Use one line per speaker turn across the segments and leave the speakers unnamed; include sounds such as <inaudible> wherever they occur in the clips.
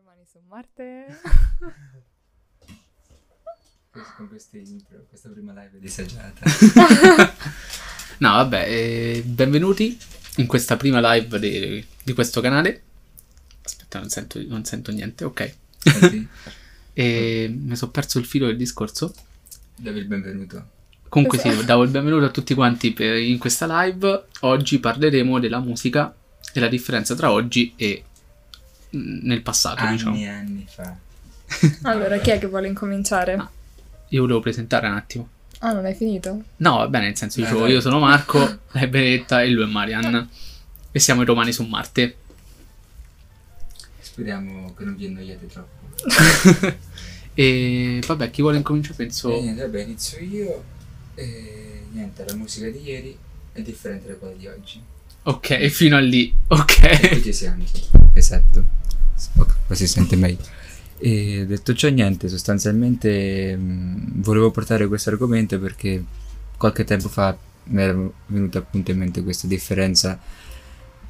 Umani su Marte.
Con queste intro, questa prima live di Saggiata.
No, vabbè, eh, benvenuti in questa prima live di, di questo canale. Aspetta, non sento, non sento niente, ok.
Senti,
E mi sono perso il filo del discorso.
Davi il benvenuto.
Comunque
Esatto.
sì, davo il benvenuto a tutti quanti per- in questa live. Oggi parleremo della musica e la differenza tra oggi e mm, nel passato, diciamo.
Anni e anni fa.
<laughs> Allora, chi è che vuole incominciare?
Ah. Io volevo presentare un attimo.
Ah, non hai finito?
No, va bene, nel senso,
Eh,
dicevo,
dai.
io sono Marco, <laughs> lei è Benedetta e lui è Marian. E siamo i romani su Marte. <laughs>
Speriamo che non vi annoiate troppo.
E vabbè, chi vuole incominciare
E
penso...
niente, vabbè, inizio io. E niente, la musica di ieri è differente da quella di oggi.
Ok, fino a lì. <laughs>
E qui
Ok.
ci siamo. Esatto. Ok, Qua si sente meglio. E detto ciò, niente, sostanzialmente mh, volevo portare questo argomento perché qualche tempo fa mi era venuta appunto in mente questa differenza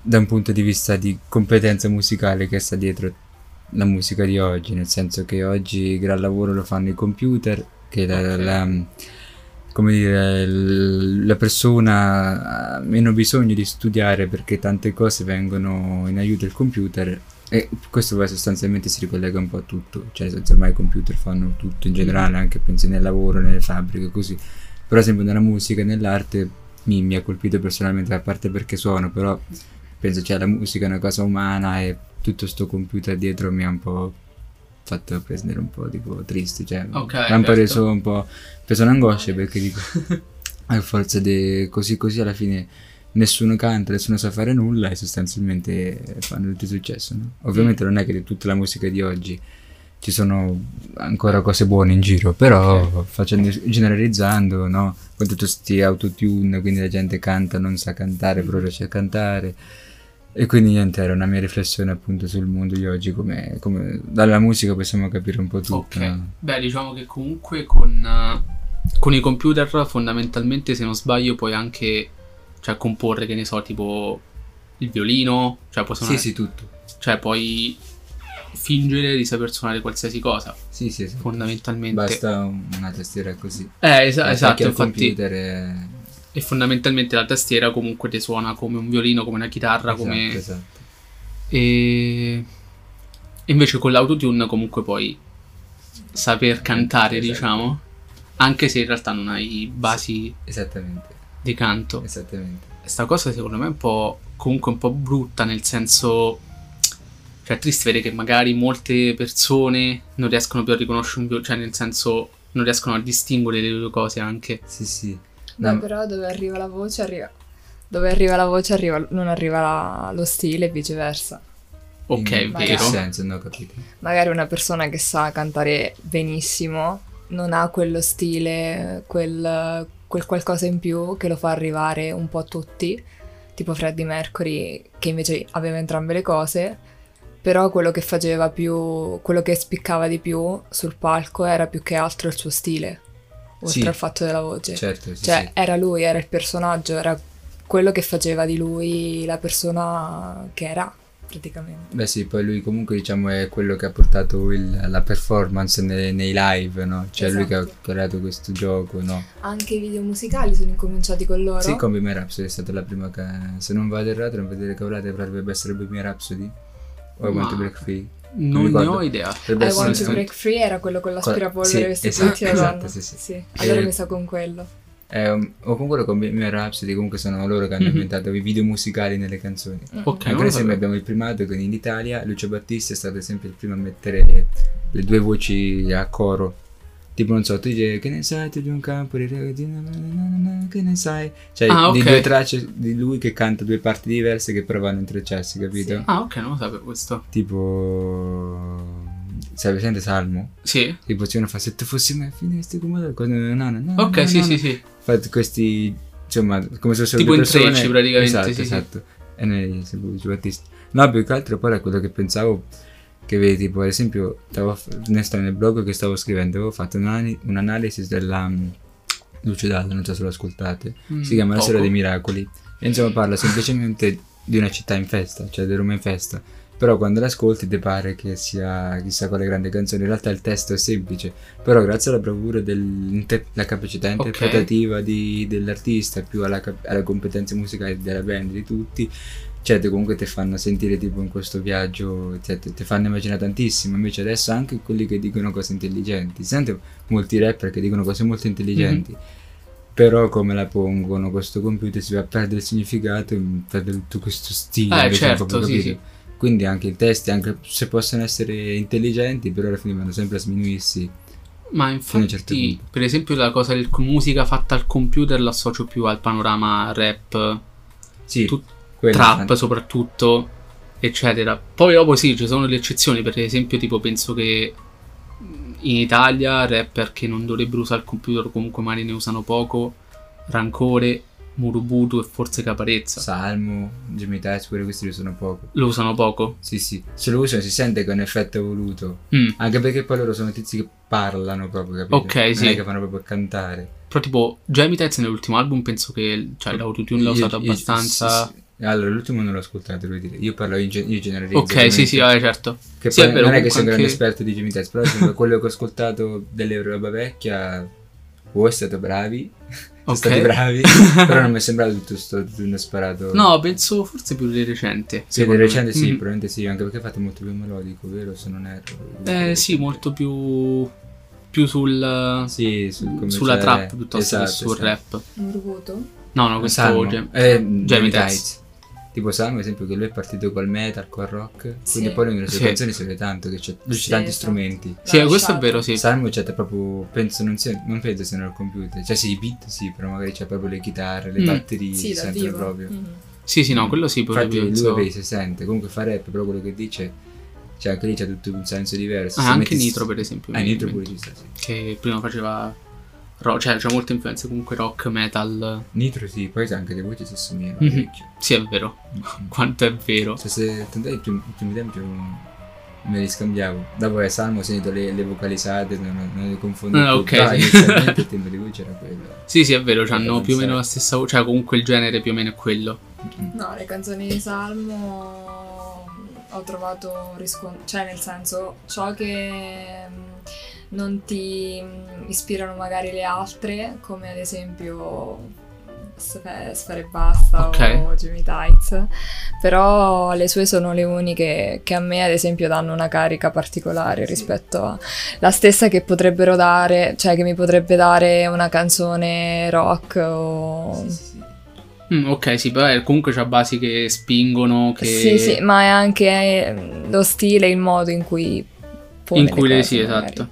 da un punto di vista di competenza musicale che sta dietro la musica di oggi, nel senso che oggi il gran lavoro lo fanno i computer, che la,
Ok.
la- come dire, l- la persona ha meno bisogno di studiare perché tante cose vengono in aiuto al computer e questo poi sostanzialmente si ricollega un po' a tutto, cioè senza ormai i computer fanno tutto in generale,
Mm.
anche pensi nel lavoro, nelle fabbriche, così. Però sempre nella musica e nell'arte mi, mi ha colpito personalmente, a parte perché suono, però penso cioè la musica è una cosa umana e tutto sto computer dietro mi ha un po' fatto prendere un po' tipo triste, cioè
Ok,
mi ha un po'
certo.
reso un po' preso un'angoscia perché
<laughs>
dico a forza di così così alla fine nessuno canta, nessuno sa fare nulla e sostanzialmente fanno tutto il successo, no? Ovviamente
Mm.
non è che di tutta la musica di oggi ci sono ancora cose buone in giro, però facendo, generalizzando, no? Con tutti questi autotune, quindi la gente canta, non sa cantare,
Mm.
però riesce a cantare. E quindi niente, era una mia riflessione appunto sul mondo di oggi, come, come dalla musica possiamo capire un po' tutto.
Ok.
no?
Beh, diciamo che comunque con, eh, con i computer fondamentalmente, se non sbaglio, puoi anche cioè, comporre, che ne so, tipo il violino, cioè puoi, suonare,
tutto.
cioè puoi fingere di saper suonare qualsiasi cosa,
Sì, sì, esatto.
fondamentalmente.
Basta una tastiera così.
Eh, esa-
Attacchi
esatto,
al
infatti.
computer eh, e-
E fondamentalmente la tastiera comunque ti suona come un violino, come una chitarra,
esatto,
come...
esatto.
E invece con l'autotune comunque puoi saper cantare,
Esatto.
diciamo, anche se in realtà non hai basi
Esattamente,
di canto.
esattamente.
Sta cosa secondo me è un po' comunque un po' brutta, nel senso cioè è triste vedere che magari molte persone non riescono più a riconoscere un violino, cioè nel senso non riescono a distinguere le due cose anche.
Sì, sì.
Beh,
No,
però dove arriva la voce arriva... Dove arriva la voce arriva... non arriva la- lo stile e viceversa.
Ok,
in-
è
In che
Magari.
vero.
senso, no, capito?
Magari una persona che sa cantare benissimo non ha quello stile, quel, quel qualcosa in più che lo fa arrivare un po' a tutti, tipo Freddie Mercury che invece aveva entrambe le cose, però quello che faceva più, quello che spiccava di più sul palco era più che altro il suo stile, oltre
Sì.
al fatto della voce.
Certo, sì,
Cioè,
sì.
era lui, era il personaggio, era quello che faceva di lui la persona che era, praticamente.
Beh sì, poi lui comunque diciamo è quello che ha portato il- la performance nei, nei live, no? Cioè lui che ha
Esatto.
creato questo gioco, no?
Anche i video musicali sono incominciati con loro.
Sì, con Bohemian Rhapsody è stata la prima che... Se non vado errato, non vedere cavolate, però dovrebbe essere Bohemian Rhapsody. O I Want
Ma-
to Break Free.
Non ne
ricordo.
ho idea.
Dovrebbe
I Want
essere
to
questo.
Break Free era quello con l'aspirapolvere
Sì,
che si
esatto,
sentiva
esatto,
donna.
sì, sì.
Allora
Eh,
mi sa con quello.
Eh, um, o con quello con Bohemian Rhapsody, comunque sono loro che hanno
<laughs>
Mhm.
inventato i video musicali nelle canzoni. Eh,
Ok, Cioè, non
per
lo
esempio
sapevo.
abbiamo il primato che in Italia Lucio Battisti è stato ad esempio il primo a mettere le due voci a coro. Tipo non so, tu dici che ne sai tu di un campo di di- na- na- na- na- na- che ne sai? Cioè
Ah,
di
ok.
due tracce di lui che canta due parti diverse che però vanno a intrecciarsi, capito?
Sì.
Ah, ok, non lo sapevo questo.
Tipo sai presente Salmo?
Sì.
Tipo se uno fa se tu fossi me finesti come te, con- na- na- na- na-
Ok,
na-
sì,
na-
sì, sì.
fatto questi insomma come se fossero
Tipo
due persone
intrecci, praticamente,
esatto
sì, sì.
esatto e noi siamo Lucio Battisti no più che altro poi era quello che pensavo che vedi tipo ad esempio stavo, ne sto nel blog che stavo scrivendo avevo fatto un'anali- un'analisi della mm, Lucio Dalla non so se lo ascoltate
Mm,
si chiama La Sera
poco.
dei Miracoli e insomma parla semplicemente di una città in festa cioè di Roma in festa Però quando l'ascolti ti pare che sia chissà quale grande canzone, in realtà il testo è semplice, però grazie alla bravura della capacità interpretativa di- dell'artista, più alla, cap- alla competenza musicale della band, di tutti, cioè te- comunque ti fanno sentire tipo in questo viaggio, cioè, te- ti fanno immaginare tantissimo, invece adesso anche quelli che dicono cose intelligenti, si sente molti rapper che dicono cose molto intelligenti, però come la pongono questo computer si va a perdere il significato, in- perde tutto questo stile.
Eh,
invece,
certo,
proprio
sì,
capito?
sì.
Quindi anche i testi, anche se possono essere intelligenti, però alla fine vanno sempre a sminuirsi.
Ma
Fino a un
infatti,
certo punto.
per esempio, la cosa del con musica fatta al computer l'associo più al panorama rap,
Sì,
Tut-
quello
trap
infatti.
soprattutto, eccetera. Poi dopo sì, ci sono le eccezioni, per esempio, tipo penso che in Italia rapper che non dovrebbero usare il computer o comunque magari ne usano poco, Rancore, Murubutu e forse Caparezza.
Salmo, Jimmy Tice, pure questi lo usano poco.
Lo usano poco.
Sì, sì, se lo usano si sente che è un effetto voluto.
Mm.
Anche perché poi loro sono tizi che parlano proprio, capito?
Ok,
non
sì.
è che fanno proprio a cantare.
Però tipo Gemitez nell'ultimo album penso che cioè, l'autotune l'ha
Io-
usato
io-
abbastanza...
sì, sì. Allora, l'ultimo non l'ho ascoltato, devo dire. Io parlo in, gen- io generalizzo.
Ok, sì, sì,
ovviamente.
ah, certo.
Che
Sì,
poi
è vero,
non è che
comunque
sei un grande
anche-
esperto di Jimmy Test, però insomma, <laughs> quello che ho ascoltato delle roba vecchia o è stato bravi, <laughs> sono
Ok.
stati
<laughs>
bravi, però non mi è sembrato tutto sto tutto uno sparato.
No, penso forse più di recente.
Sì, di
secondo me.
recente sì,
Mm.
probabilmente sì, anche perché fate molto più melodico, vero? Se non erro.
Eh sì, molto più, più sul,
Sì, sul come
sulla
c'è-
trap piuttosto che
esatto,
sul
esatto.
rap.
Urguto?
No, no, questo
Salmo.
Gem-
Eh,
Jamie
Jamie
Tights.
Tights. Tipo Salmo, ad esempio, che lui è partito col metal, col rock, quindi
Sì.
poi nelle sue
Sì.
canzoni si vede tanto che c'è, lui c'è
Sì,
tanti
esatto.
strumenti.
Sì, eh,
L'ha
questo è
lasciato.
vero, sì.
Salmo c'è proprio, penso non, sia, non penso siano al computer, cioè sì, i beat sì, però magari c'è proprio le chitarre, le
Mm.
batterie,
Sì,
si
dal
sentono
vivo.
proprio.
Mhm.
Sì, sì, no, quello sì, pure
Infatti
penso-
lui vedi, si sente, comunque fa rap, però quello che dice, cioè anche lì c'è tutto un senso diverso.
Ah,
Se
anche
metti-
Nitro per esempio.
Ah,
mi-
Nitro
mi-
pure ci sta, sì.
Che prima faceva rock, cioè c'è molte influenze comunque rock, metal.
Nitro sì, poi anche le voci si assomigliano
Mhm.
parecchio.
Sì, è vero. <laughs>
Mhm.
Quanto è vero.
Cioè, se tant'è i primi, i primi tempi non- me li scambiavo. Dopo è Salmo ho sentito le, le vocalizzate, non, non- non le confondo
Ah,
più.
ok,
Però
sì.
inizialmente il tempo di voce era quello.
<laughs> Sì, sì, è vero, hanno
Pensare.
più o meno la stessa voce, cioè comunque il genere più o meno è quello.
Mhm.
No, le canzoni di Salmo ho trovato riscontro, cioè nel senso ciò che mm, non ti mm, ispirano magari le altre, come ad esempio Sfe- Sfere Basta o
Ok.
Jimmy Tights, però le sue sono le uniche che a me ad esempio danno una carica particolare
Sì.
rispetto a la stessa che potrebbero dare, cioè che mi potrebbe dare una canzone rock o
Sì, sì, sì.
Mm, ok, sì, però comunque c'ha basi che spingono, che...
Sì, sì, ma è anche eh, lo stile, il modo in cui pone
in cui le,
cose,
sì,
magari.
esatto.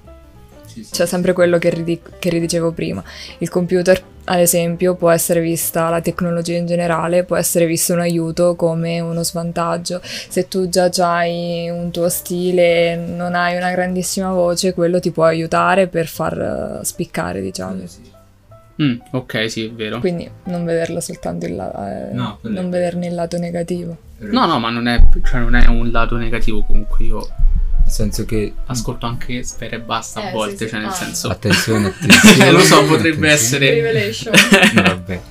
Sì, sì.
C'è sempre quello che, ridi- che ridicevo prima. Il computer, ad esempio, può essere vista, la tecnologia in generale, può essere vista un aiuto come uno svantaggio. Se tu già hai un tuo stile, non hai una grandissima voce, quello ti può aiutare per far eh, spiccare, diciamo.
Sì, sì.
Mm, ok, sì, è vero.
Quindi non vederla soltanto il la- eh,
No, quello è
non
vero.
vederne il lato negativo.
No, no, ma non è, cioè, non è un lato negativo comunque. Io
Nel senso che...
ascolto anche Sfera e Basta
Eh,
a volte,
sì, sì.
cioè nel
Ah.
senso... <laughs>
Attenzione, attenzione.
Eh, lo so,
attenzione.
potrebbe essere...
Revelation.
No, vabbè.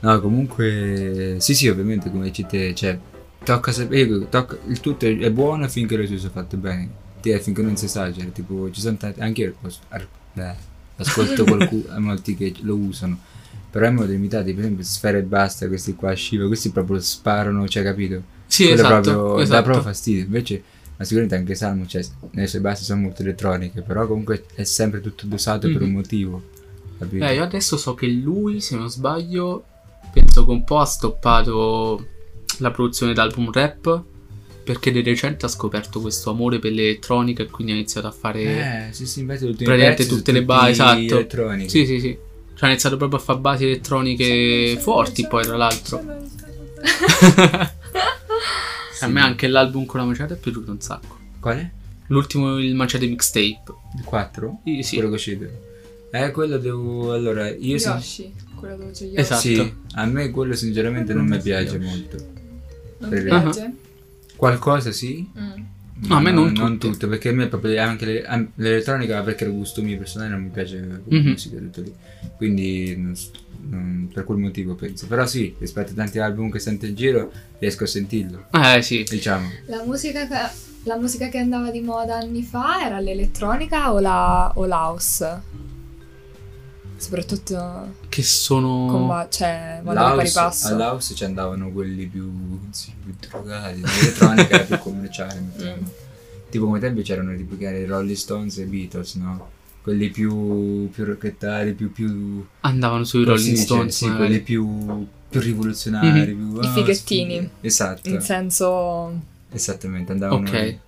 No, comunque... Sì, sì, ovviamente, come dici te, cioè... Tocca sapere... io dico, tocca- il tutto è è buono finché le sue sono fatte bene. Ti- Finché non si esagera, tipo, ci sono tanti... Anche io... cos- ar- beh, ascolto
<laughs>
qualcuno, molti che lo usano. Però in modo limitato, per esempio, Sfera e Basta, questi qua, Shiva, questi proprio sparano, cioè, capito?
Sì,
quello
esatto,
proprio
esatto.
dà proprio fastidio. Invece, ma sicuramente anche Salmo, cioè, nelle sue basi sono molto elettroniche, però comunque è sempre tutto dosato per un
Mhm.
motivo. Capito?
Eh, io adesso so che lui, se non sbaglio, penso che un po' ha stoppato la produzione d'album rap perché di recente ha scoperto questo amore per l'elettronica e quindi ha iniziato a fare...
Eh, sì, sì, infatti tutti i
praticamente
pezzi sono
tutte le
tutti
basi, esatto.
elettroniche.
Sì, sì, sì. Cioè ha iniziato proprio a fare basi elettroniche forti poi,
<laughs>
tra l'altro.
Sì.
A me anche l'album con la maceta è piaciuto un sacco.
Quale?
L'ultimo, il macete mixtape.
Il 4?
Sì, sì.
Quello che uscite. Eh, quello devo... Allora, io... sin-
Yoshi, quello dove c'è Yoshi.
Esatto.
Sì, a me quello sinceramente non mi piace molto.
Non ti
Perché-
piace?
Ah.
Qualcosa sì,
Mm.
No, a me non tutte.
tutte, perché a me proprio anche le- an- l'elettronica, perché il gusto mio personale non mi piace la
Mhm.
musica tutto lì. Quindi non s- non- per quel motivo penso. Però sì, rispetto a tanti album che sento in giro, riesco a sentirlo,
Eh sì,
diciamo.
La musica che, la musica che andava di moda anni fa era l'elettronica o, la, o l'house? Soprattutto
che sono...
con va- cioè, vanno di pari
All'house,
passo.
all'house ci andavano quelli più, sì, più drogati, l'elettronica era
<laughs>
più commerciale. mettiamo.
Mm.
Tipo come tempi c'erano tipo che i Rolling Stones e Beatles, no? Quelli più, più rockettari, più... più
Andavano sui
come si
Rolling
dice?
Stones. eh.
Sì,
magari.
quelli più, più rivoluzionari. più,
Mhm. I
ah,
fighettini.
sfiga. Esatto,
In senso,
esattamente, andavano...
Ok.
lì.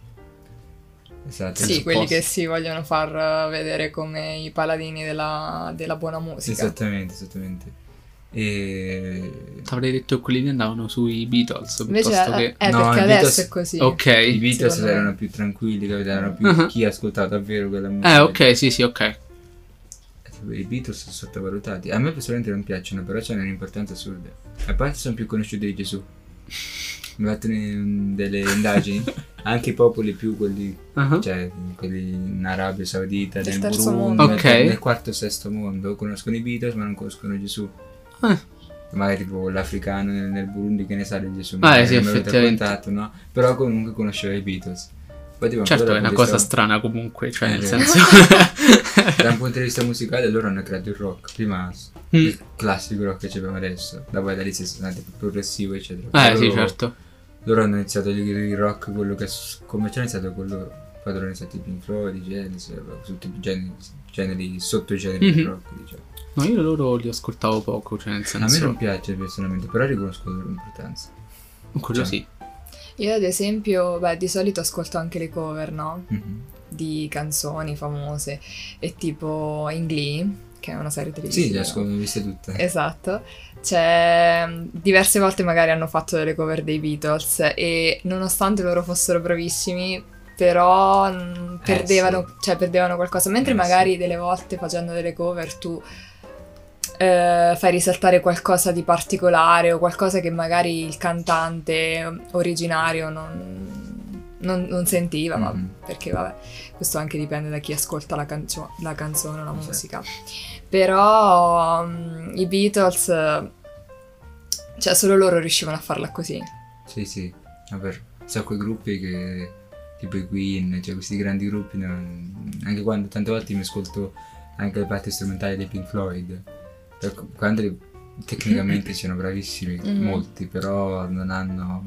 Esatto.
sì,
Senso
quelli
opposto.
che si vogliono far vedere come i paladini della, della buona musica.
Esattamente, esattamente. E...
T'avrei detto che quelli lì andavano sui Beatles
Invece eh,
piuttosto
è,
che...
è
No,
perché
i
adesso
Beatles-
è così.
Ok. Eh,
I Beatles
Secondo me.
erano più tranquilli, capito? erano più
Mhm.
chi ascoltava davvero quella musica.
Eh, ok, sì, sì, ok.
I Beatles sono sottovalutati. A me personalmente non piacciono, però c'hanno un'importanza assurda. A parte sono più conosciuti di Gesù. Mi ho fatto un- delle indagini.
<laughs>
Anche i popoli più quelli,
Ah,
cioè quelli in Arabia Saudita,
Hm? Del
nel
terzo
Burundi,
mondo.
nel-
Ok.
nel quarto e sesto mondo, conoscono i Beatles ma non conoscono Gesù.
Ah.
Magari tipo l'africano nel, nel Burundi che ne sa di Gesù.
Ah,
magari
sì,
non mi è venuto a
effettivamente.
contatto, no? Però comunque conosceva i Beatles. Poi, tipo,
Certo,
ancora
è una
potessero-
cosa strana comunque, cioè
Eh,
nel
sì.
senso...
<laughs> da un punto di vista musicale loro hanno creato il rock prima
Mm.
il classico rock che abbiamo adesso da poi da lì si sono andati più progressivo eccetera
Eh
Però
sì,
loro-
certo.
loro hanno iniziato il, il rock quello che s- come c'è iniziato con loro poi loro hanno iniziato i Pink Floyd i Genesis tutti i generi, generi sottogeneri del
Mhm.
rock diciamo
No, io loro li ascoltavo poco, cioè nel
a me non
senso...
piace personalmente però riconosco la loro importanza
Quello
cioè.
sì.
Io ad esempio, beh, di solito ascolto anche le cover, no?
Mhm.
Di canzoni famose e tipo in Glee, che è una serie
sì le
televisiva.
ascolto le ho viste tutte
Esatto, cioè diverse volte magari hanno fatto delle cover dei Beatles e nonostante loro fossero bravissimi, però mh,
Eh,
perdevano, cioè, perdevano qualcosa, mentre
Eh,
magari
sì.
delle volte facendo delle cover tu eh, fai risaltare qualcosa di particolare o qualcosa che magari il cantante originario non, non- non sentiva, ma
Mhm.
perché vabbè, questo anche dipende da chi ascolta la, cancio- la canzone o la
Sì.
musica. Però mm, i Beatles, eh, cioè solo loro riuscivano a farla così.
Sì, sì, davvero. Un sacco di gruppi che, tipo i Queen, cioè questi grandi gruppi, non- anche quando tante volte mi ascolto anche le parti strumentali dei Pink Floyd, Per qu- quando li- tecnicamente sono bravissimi,
Mhm.
molti, però non hanno...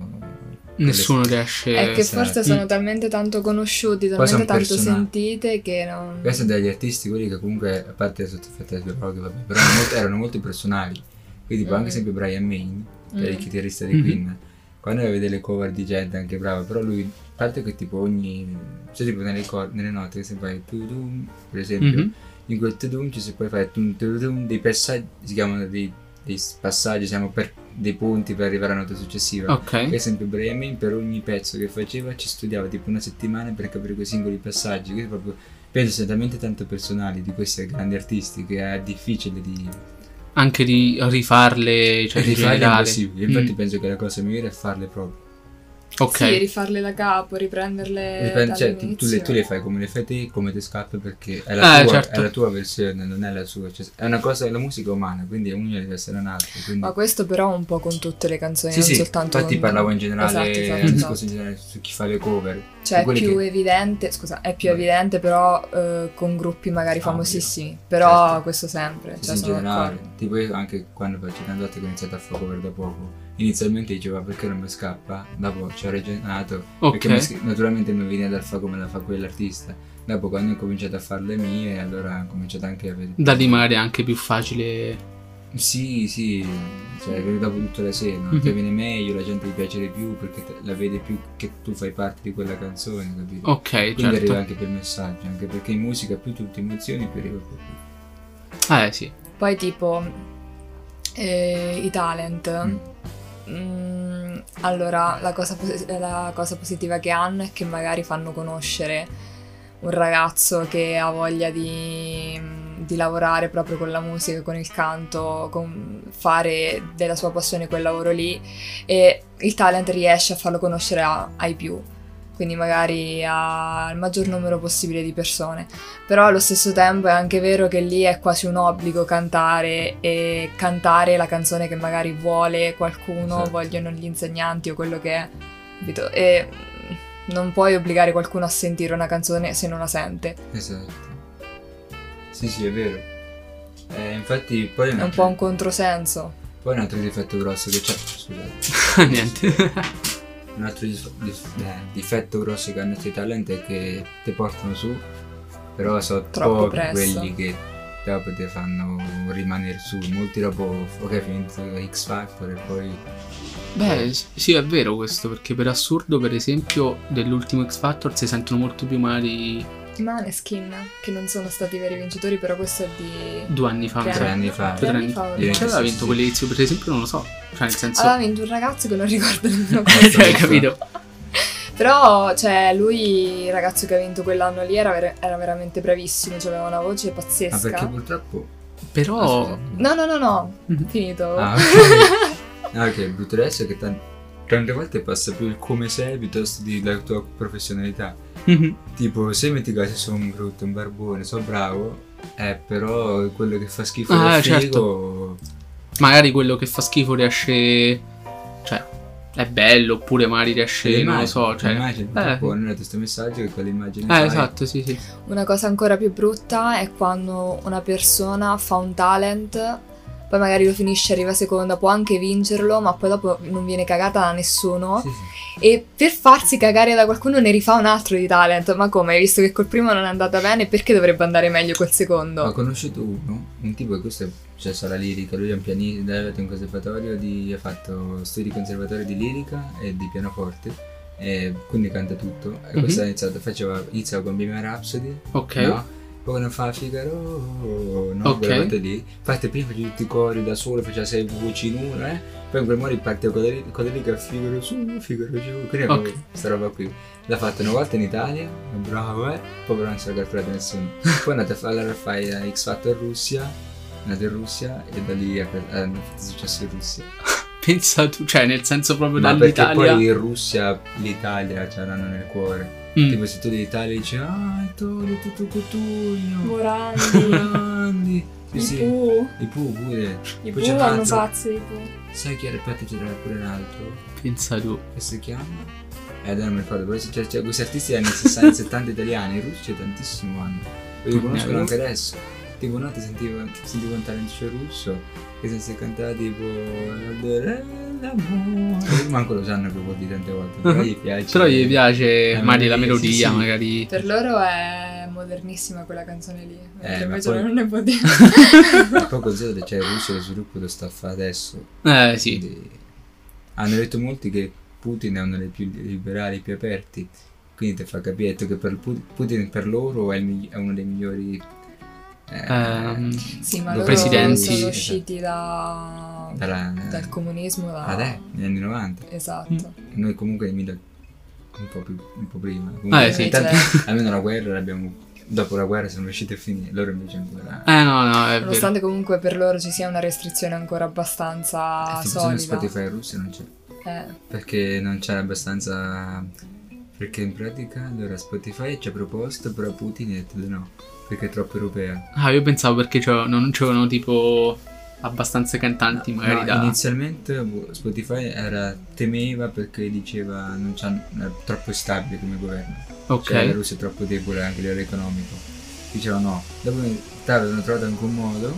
quelle-
Nessuno riesce...
è che
esatto.
forse sono talmente tanto conosciuti,
Poi
talmente
son Eh,
tanto
persona-
sentite che non...
Questi sono degli artisti quelli che comunque, a parte sotto effetto delle droghe, vabbè, però erano molto, erano molto personali. Quindi tipo, anche
Mhm.
sempre Brian Main, che è il
Mm.
chitarrista
Mhm.
di Queen, quando vede le cover di gente anche brava, però lui, a parte che tipo ogni... cioè tipo nelle, cor- nelle note che se fai tudum, per esempio,
Mhm.
in quel tudum ci si può fare tum tudum, dei passaggi, si chiamano dei, dei passaggi, diciamo, per, dei punti per arrivare alla nota successiva. Per
Ok.
esempio Brian May per ogni pezzo che faceva ci studiava tipo una settimana per capire quei singoli passaggi, che proprio penso siano talmente tanto personali di questi grandi artisti che è difficile di
Anche di rifarle, cioè di
rifare
generale.
impossibile. Infatti
Mm.
penso che la cosa migliore è farle proprio.
Ok.
Sì, rifarle da capo, riprenderle...
Dipende-
Eh,
cioè, tu, tu le,
dall'inizio.
tu le fai come le fai te, come ti scappa perché è la,
Eh,
tua,
certo.
è la tua versione, non è la sua. Cioè, è una cosa, la musica è umana, quindi ognuno deve essere un altro. Quindi...
Ma questo però un po' con tutte le canzoni,
Sì,
non
sì,
soltanto...
infatti
con-
parlavo in generale,
Esatto, esatto,
un discorso
esatto.
in generale su chi fa le cover.
Cioè è
quelli
più
che-
evidente, scusa, è più
Vai.
evidente però eh, con gruppi magari
Ah,
famosissimi, però
Certo.
questo sempre, cioè
Sì, sì, in
sono
generale,
d'accordo.
tipo io anche quando faccio cantate che ho iniziato a fare cover da poco, inizialmente dicevo "Ah, perché non mi scappa, dopo ci ho ragionato, perché mi
Ok.
sc- naturalmente mi veniva dal fa come la fa quell'artista, dopo quando ho cominciato a fare le mie allora ho cominciato anche a vedere.
Da lì magari è anche più facile...
Sì, sì, cioè vedi dopo tutta la sera, no?
Mhm.
ti viene meglio, la gente ti piace di più perché te- la vede più che tu fai parte di quella canzone, capito?
Ok,
Quindi
certo.
arriva anche per messaggio, anche perché in musica più tu ti emozioni più arriva proprio.
Eh sì. <laughs>
Poi tipo eh, i talent.
Mm.
Mm, allora, la cosa, posi- la cosa positiva che hanno è che magari fanno conoscere un ragazzo che ha voglia di, di lavorare proprio con la musica, con il canto, con fare della sua passione quel lavoro lì e il talent riesce a farlo conoscere a- ai più. quindi magari al maggior numero possibile di persone. Però allo stesso tempo è anche vero che lì è quasi un obbligo cantare e cantare la canzone che magari vuole qualcuno,
Esatto.
vogliono gli insegnanti o quello che è. capito? E non puoi obbligare qualcuno a sentire una canzone se non la sente.
Esatto. Sì, sì, è vero. Eh, infatti poi è un
È un
altro,
po' un controsenso.
poi un altro difetto grosso che c'è. Scusate.
Niente.
Un altro dis- dis- eh, difetto grosso che hanno questi talenti è che ti portano su, però sono
Troppo
pochi
presto.
quelli che dopo ti fanno rimanere su. Molti dopo, ok, finito X Factor e poi...
Beh, s- sì, è vero questo, perché per assurdo, per esempio, dell'ultimo X Factor si sentono molto più mali
I Maneskin, che non sono stati veri vincitori, però questo è di...
due anni fa.
Tre
tre anni fa.
Tre anni
anni
fa,
fa.
ormai.
Chi aveva
Sì,
vinto
sì.
quell'edizio? Per esempio, non lo so. Cioè, nel senso.
Allora, vinto un ragazzo che non ricordo nemmeno
<laughs>
<laughs> Cioè,
cosa.
hai capito?
Però, cioè, lui, il ragazzo che ha vinto quell'anno lì, era, ver- era veramente bravissimo, cioè, aveva una voce
Ma
pazzesca.
perché purtroppo...
Però.
No, no, no, no,
Mhm.
finito. <laughs>
Ah, ok. Ah, ok, il brutto adesso è che tan- tante volte passa più il come sei piuttosto che la tua professionalità.
Mhm.
Tipo, se metti caso sono un brutto, un barbone, so bravo, eh, però quello che fa schifo
Ah, certo.
è figo.
<laughs> Magari quello che fa schifo riesce. Cioè, è bello, oppure magari riesce. Non lo so. Cioè.
L'immagine purtroppo nella testa messaggio che quell'immagine
Eh,
fai,
esatto, sì, sì.
Una cosa ancora più brutta è quando una persona fa un talent, poi magari lo finisce, arriva seconda, può anche vincerlo, ma poi dopo non viene cagata da nessuno.
Sì, sì.
E per farsi cagare da qualcuno ne rifà un altro di talent. Ma come? Hai visto che col primo non è andata bene, perché dovrebbe andare meglio col secondo?
Ho conosciuto uno, un tipo che questo è, cioè sarà lirica, lui è un pianista, è andato in conservatorio, di, ha fatto studi conservatori di lirica e di pianoforte, e quindi canta tutto. E
Mhm.
questo ha iniziato, faceva, iniziava con Bimera Rhapsody,
Ok.
no? Poi quando fa Figaro, no?
Ok.
Quelle volte lì, infatti prima faceva tutti i cori da solo, faceva sei voci in una, eh? Poi in quel modo parteva con lì- con la lirica Figaro su, Figaro giù, quindi
Ok.
questa roba qui. L'ha fatta una volta in Italia, è bravo eh, poi però non si è calcolato
<laughs>
nessuno. Poi è andata a fare allora fai a X Factor in Russia, è andata in Russia e da lì ha- hanno fatto successo in Russia.
<laughs> Pensa tu, cioè, nel senso proprio
Ma perché
dall'Italia.
poi in Russia l'Italia ce l'hanno nel cuore.
Mm.
Tipo se tu dell'Italia dici ah, è Tony, tutto cotugno.
Morandi,
Grandi. Sì,
i
sì.
Pooh,
I Pooh pure.
i
Poi c'è
Pooh
un
hanno
altro.
pazzo di Pooh.
Sai che aspetta c'era pure un altro.
Pensa tu.
Che si chiama? Eh, adesso non mi ricordo, però c'è, c'è questi artisti anni 60 70 italiani, i russi tantissimo hanno. Io li
Non
conosco
ne-
anche adesso. Tipo una volta sentivo, sentivo un talent show russo che se si cantava tipo "Adorare l'amore. Manco lo sanno che vuol dire tante volte, <laughs> però gli piace.
Però gli piace
Eh,
magari la
sì,
melodia,
sì.
magari.
Per loro è modernissima quella canzone lì, mentre
Eh, ma
invece
poi-
non ne può dire.
<laughs> E poi considera c'è il russo che sviluppo lo sta a fare adesso.
Eh, sì.
Quindi, hanno detto molti che Putin è uno dei più liberali, più aperti, quindi ti fa capire detto che per Pu- Putin per loro è, il migli- è uno dei migliori eh,
Ehm,
Sì, ma
Lo
loro
presidenti,
sono
esatto.
usciti da-
dalla-
dal comunismo. Da...
ah, eh, negli anni 90,
Esatto.
noi comunque nel 1000 un po', più- un po' prima,
Eh,
comunque,
sì.
intanto,
Cioè,
almeno la guerra l'abbiamo dopo la guerra sono riusciti a finire, loro invece ancora
Eh, no, no, è vero.
nonostante comunque per loro ci sia una restrizione ancora abbastanza
Eh, tipo, se non
Ah, solida.
Spotify russo non c'è
Eh.
Perché non c'era abbastanza. Perché in pratica allora Spotify ci ha proposto, però Putin ha detto di no, perché è troppo europea.
Ah, io pensavo perché c'era- non c'erano tipo abbastanza cantanti, magari
No,
da.
Inizialmente boh, Spotify era, temeva perché diceva non c'hanno, è troppo stabile come governo,
ok.
cioè la Russia è troppo debole anche a livello economico. Diceva no, dopo in realtà avevano trovato anche un modo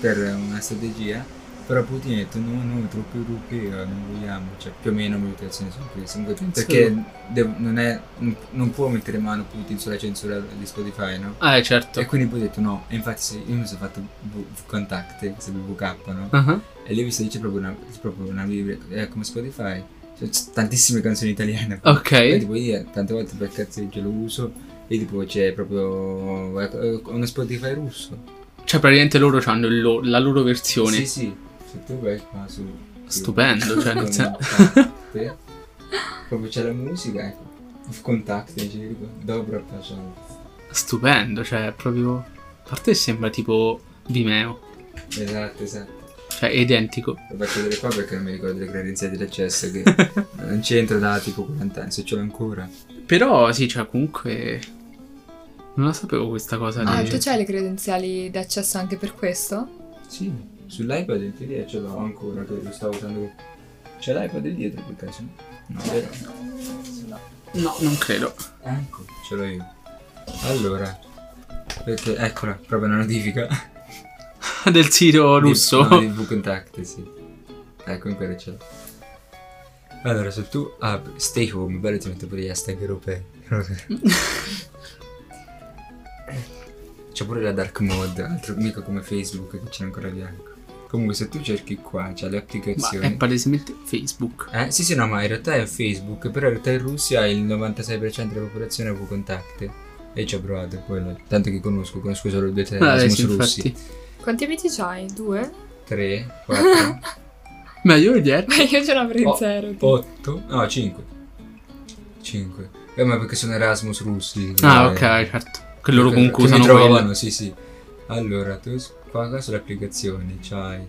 per una strategia, però Putin ha detto no, no, è troppo europea, non vogliamo, cioè più o meno le votazioni sono queste. Comunque,
Penso
Perché
io.
dev- non, è, non- non può mettere mano Putin sulla censura di Spotify, no?
Ah, eh, certo.
E quindi poi ho detto no, e infatti sì, io mi sono fatto v- contact, sempre VK, no?
Ah,
E lì ho visto che c'è proprio una, c'è proprio una libra- è come Spotify, cioè, c'è tantissime canzoni italiane.
<laughs> Ok.
E tipo io tante volte per cazzeggio lo uso, e tipo c'è proprio è- è uno Spotify russo.
Cioè, praticamente loro hanno il lo- la loro versione.
Sì, sì, se tu vai qua su...
Stupendo,
<laughs>
cioè, nel senso- <laughs>
senso... Proprio c'è la musica, ecco. Contact, dicevo, Dobra Pasciano.
Stupendo, cioè, è proprio. A parte che sembra tipo Vimeo.
Esatto, esatto.
cioè è identico.
Faccio vedere qua perché non mi ricordo le credenziali di accesso
<laughs>
che non c'entra da tipo 40 anni, se ce l'ho ancora.
Però sì, cioè comunque non la sapevo questa cosa
Ah,
di-
tu c'hai le credenziali d'accesso anche per questo?
Sì, sull'iPad in teoria ce l'ho ancora, che lo stavo usando. C'è l'iPad lì dietro per caso? No, vero?
No, non credo.
Ecco, ce l'ho io. Allora, perché eccola, proprio una notifica.
<laughs> Del sito <laughs> russo.
Di, no, di VKontakte, sì. Ecco, in quella ce l'ho. Allora, se tu apri Stay Home, bello ti metto pure gli hashtag
<laughs>
europei. C'è pure la dark mode, altro mica come Facebook che c'è ancora bianco. Comunque se tu cerchi qua, c'è le
Ma
applicazioni.
è palesemente Facebook.
Eh, sì, sì, no, ma in realtà è Facebook, però in realtà in Russia il 96% della popolazione ha VKontakte. E ci ho provato, quello. Tanto che conosco, conosco solo due
Ah,
Erasmus
adesso,
Eh, russi.
infatti.
Quanti amici c'hai? <laughs> Due?
3, 4,
<laughs> Meglio vedere.
Ma io ce l'avrei
Oh,
zero. tipo.
8, no, 5. 5. Eh, ma perché sono Erasmus russi. eh.
Ah,
dai.
ok, certo. Che loro comunque
che mi
usano
trovano,
quello.
sì, sì. Allora, tu s- qua, qua sulle applicazioni c'hai,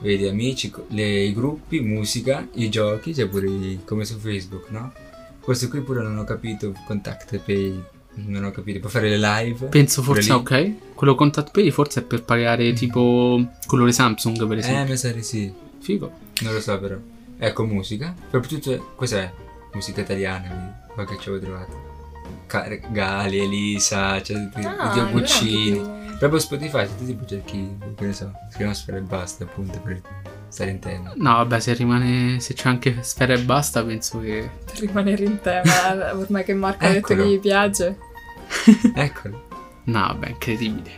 vedi, amici, co- le- i gruppi, musica, i giochi, c'è pure i- come su Facebook, no? Questo qui pure non ho capito, contact pay, non ho capito, puoi fare le live.
Penso forse,
Quello
ok. Quello Contact Pay forse è per
Mm.
pagare tipo colore Samsung, per
eh,
esempio.
mi sa di sì,
Figo.
non lo so però. Ecco, musica, proprio tutto, cos'è? Musica italiana, vedi? qua che ci avevo trovato. Car- Gali, Elisa, c'è tutti
Ah,
Dio
allora
Guccini.
anche
Proprio Spotify, se tu tipo cerchi, che ne so, scrivi e basta appunto per stare in
<laughs>
tema.
No, vabbè, se rimane. Se c'è anche sfera e basta, penso che.
tu, Per rimanere in tema, ormai che Marco ha detto che
Eccolo.
gli piace.
Eccolo.
No, vabbè, incredibile.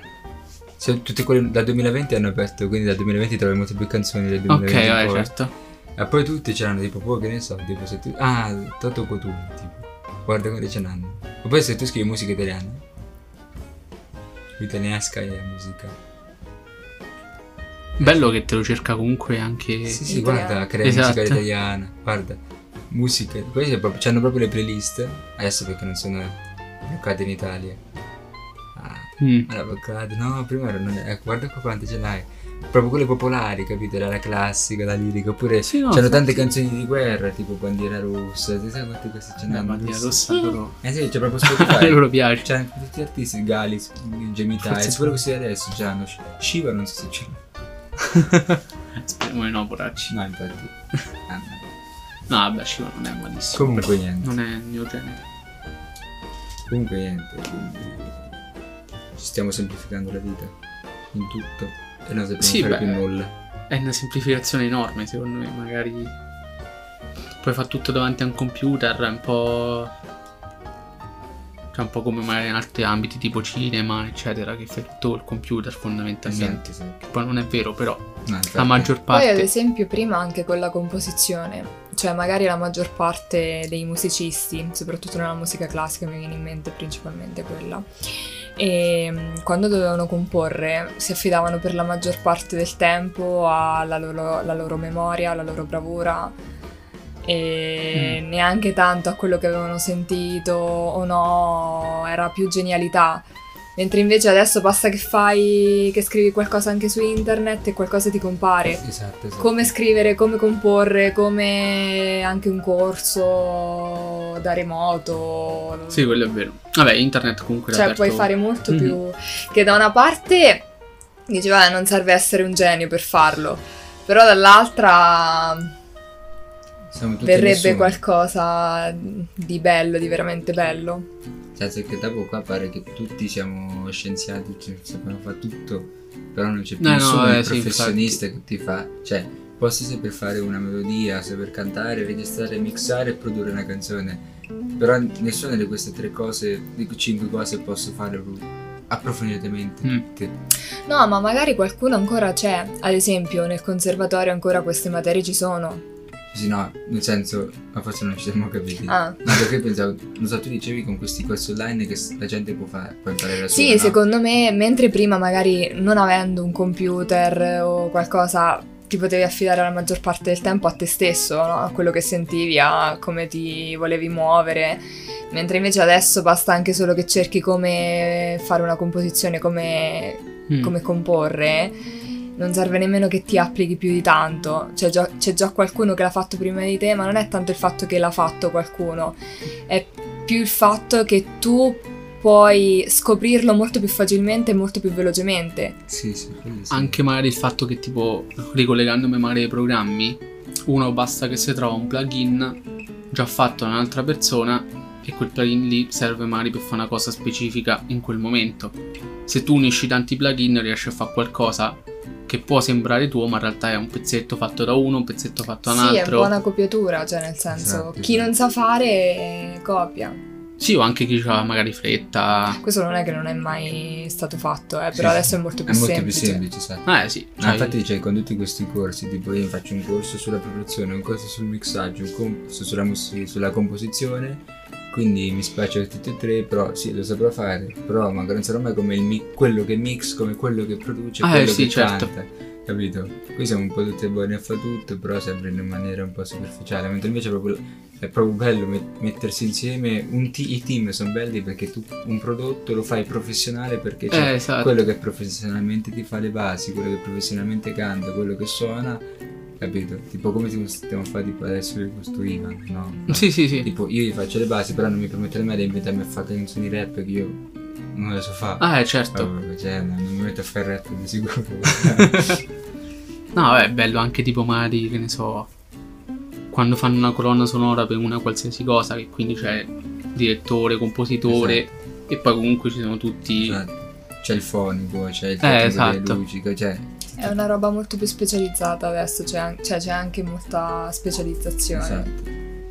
Cioè, tutte quelle da 2020 hanno aperto, quindi da 2020 trovi molte più canzoni del
Ok,
2020.
vabbè,
poi.
certo.
E poi tutte c'erano tipo, poi che ne so, tipo se tu... Ah, Toto Cotun, tipo. Guarda quante ce n'hanno. E poi se tu scrivi musica italiana. Italianesca è musica.
Bello che te lo cerca comunque anche.
Sì, sì,
Italiana.
guarda, crea
Esatto.
musica italiana, guarda, musica, queste proprio, c'hanno proprio le playlist, adesso perché non sono bloccate in Italia. Ah,
Mm.
allora bloccate, no, prima erano, ecco, guarda qua quante ce l'hai, proprio quelle popolari, capito, la la classica, la lirica, oppure
Sì, no,
c'hanno tante
infatti.
canzoni di guerra, tipo Bandiera Rossa, ti sai quante queste ce
Eh,
n'hanno?
bandiera
Rossa? <laughs>
rossa, loro.
Eh sì, c'è
<laughs>
proprio
A
Spotify.
loro piace.
C'è anche tutti gli artisti, Galis, Gemitai,
Forse-
sicuro questi adesso già hanno Shiva, non so se ce l'ha.
Speriamo di no, poracci.
No,
<laughs>
infatti. Ah, no.
No, vabbè, Shiva non è malissimo.
Comunque niente.
Non è il mio genere.
Comunque niente, quindi ci stiamo semplificando la vita in tutto e non sappiamo
Sì,
fare
beh.
più nulla.
È una semplificazione enorme, secondo me, magari puoi fare tutto davanti a un computer, è un po'... Cioè un po' come magari in altri ambiti tipo cinema, eccetera, che fai tutto il computer fondamentalmente.
sì. No,
Poi non è vero, però
infatti.
la maggior
Poi ad
parte...
esempio prima anche con la composizione, cioè magari la maggior parte dei musicisti, soprattutto nella musica classica mi viene in mente principalmente quella, e mh, quando dovevano comporre si affidavano per la maggior parte del tempo alla loro, alla loro memoria, alla loro bravura e neanche tanto a quello che avevano sentito o no, era più genialità. Mentre invece adesso basta che fai, che scrivi qualcosa anche su internet e qualcosa ti compare
Esatto, esatto.
Eh, come scrivere, come comporre, come anche un corso da remoto.
Sì, quello è vero. Vabbè, internet comunque è
cioè,
aperto-
puoi fare molto
Mhm.
più. Che da una parte dici, "Vabbè, non serve essere un genio per farlo. Però dall'altra
Siamo tutti
verrebbe
nessuno.
qualcosa di bello, di veramente bello.
Cioè, se che dopo qua pare che tutti siamo scienziati, tutti sappiamo fare tutto, però non c'è più
Eh, no,
nessuno
eh,
il
sì,
professionista che ti fa. Cioè, posso saper fare una melodia, saper cantare, registrare, mixare e produrre una canzone. Però nessuna di queste tre cose, di cinque cose posso fare approfonditamente
Mm.
tutte.
No, ma magari qualcuno ancora c'è. Ad esempio, nel conservatorio ancora queste materie ci sono.
Sì, no, nel senso, ma forse non ci siamo capiti.
Ah.
No, perché pensavo, non so, tu dicevi con questi corsi online che s- la gente può, fare, può imparare da sola.
Sì,
no?
secondo me, mentre prima magari non avendo un computer o qualcosa ti potevi affidare la maggior parte del tempo a te stesso, no? a quello che sentivi, a come ti volevi muovere, mentre invece adesso basta anche solo che cerchi come fare una composizione, come,
Mm.
come comporre non serve nemmeno che ti applichi più di tanto, c'è già, c'è già qualcuno che l'ha fatto prima di te, ma non è tanto il fatto che l'ha fatto qualcuno, è più il fatto che tu puoi scoprirlo molto più facilmente e molto più velocemente.
Sì, sì, quello sì.
Anche magari il fatto che tipo, ricollegandomi magari ai programmi, uno basta che si trova un plugin già fatto da un'altra persona e quel plugin lì serve magari per fare una cosa specifica in quel momento. Se tu unisci tanti plugin riesci a fare qualcosa che può sembrare tuo, ma in realtà è un pezzetto fatto da uno, un pezzetto fatto da un
Sì, è
altro.
buona copiatura, cioè nel senso,
Esatto,
chi
esatto.
non sa fare eh, copia.
Sì, o anche chi ha magari fretta.
Questo non è che non è mai stato fatto, eh, però
Sì,
adesso è molto
È
più
molto più
semplice.
semplice, sai.
Ah, eh sì.
Ma
cioè-
infatti cioè, con tutti questi corsi, tipo io faccio un corso sulla produzione, un corso sul mixaggio, un corso sulla, mus- sulla composizione, quindi mi spaccio tutti e tre, però sì, lo saprò fare, però magari non sarò mai come il mi- quello che mix, come quello che produce,
Ah, eh,
quello
sì,
che
certo.
canta, capito? Qui siamo un po' tutti buoni a fa tutto, però sempre in maniera un po' superficiale, mentre invece è proprio, è proprio bello met- mettersi insieme, un ti- i team sono belli perché tu un prodotto lo fai professionale perché c'è
Eh, esatto.
quello che professionalmente ti fa le basi, quello che professionalmente canta, quello che suona, capito? Tipo come ti stiamo a fare tipo adesso io con sto Ivan, no?
Sì, sì, sì.
Tipo io gli faccio le basi, però non mi permetterei mai di inventarmi a fare canzoni rap che io non le so fare.
Ah, eh, certo.
Vabbè, cioè, non non mi metto a fare rap di
<laughs>
sicuro.
No, vabbè, è bello anche tipo magari, che ne so, quando fanno una colonna sonora per una qualsiasi cosa, che quindi c'è direttore, compositore e poi comunque ci sono tutti...
Cioè, c'è il fonico, c'è il tecnico
esatto.
delle luci, che- cioè,
È una roba molto più specializzata adesso, c'è an- cioè c'è anche molta specializzazione
esatto.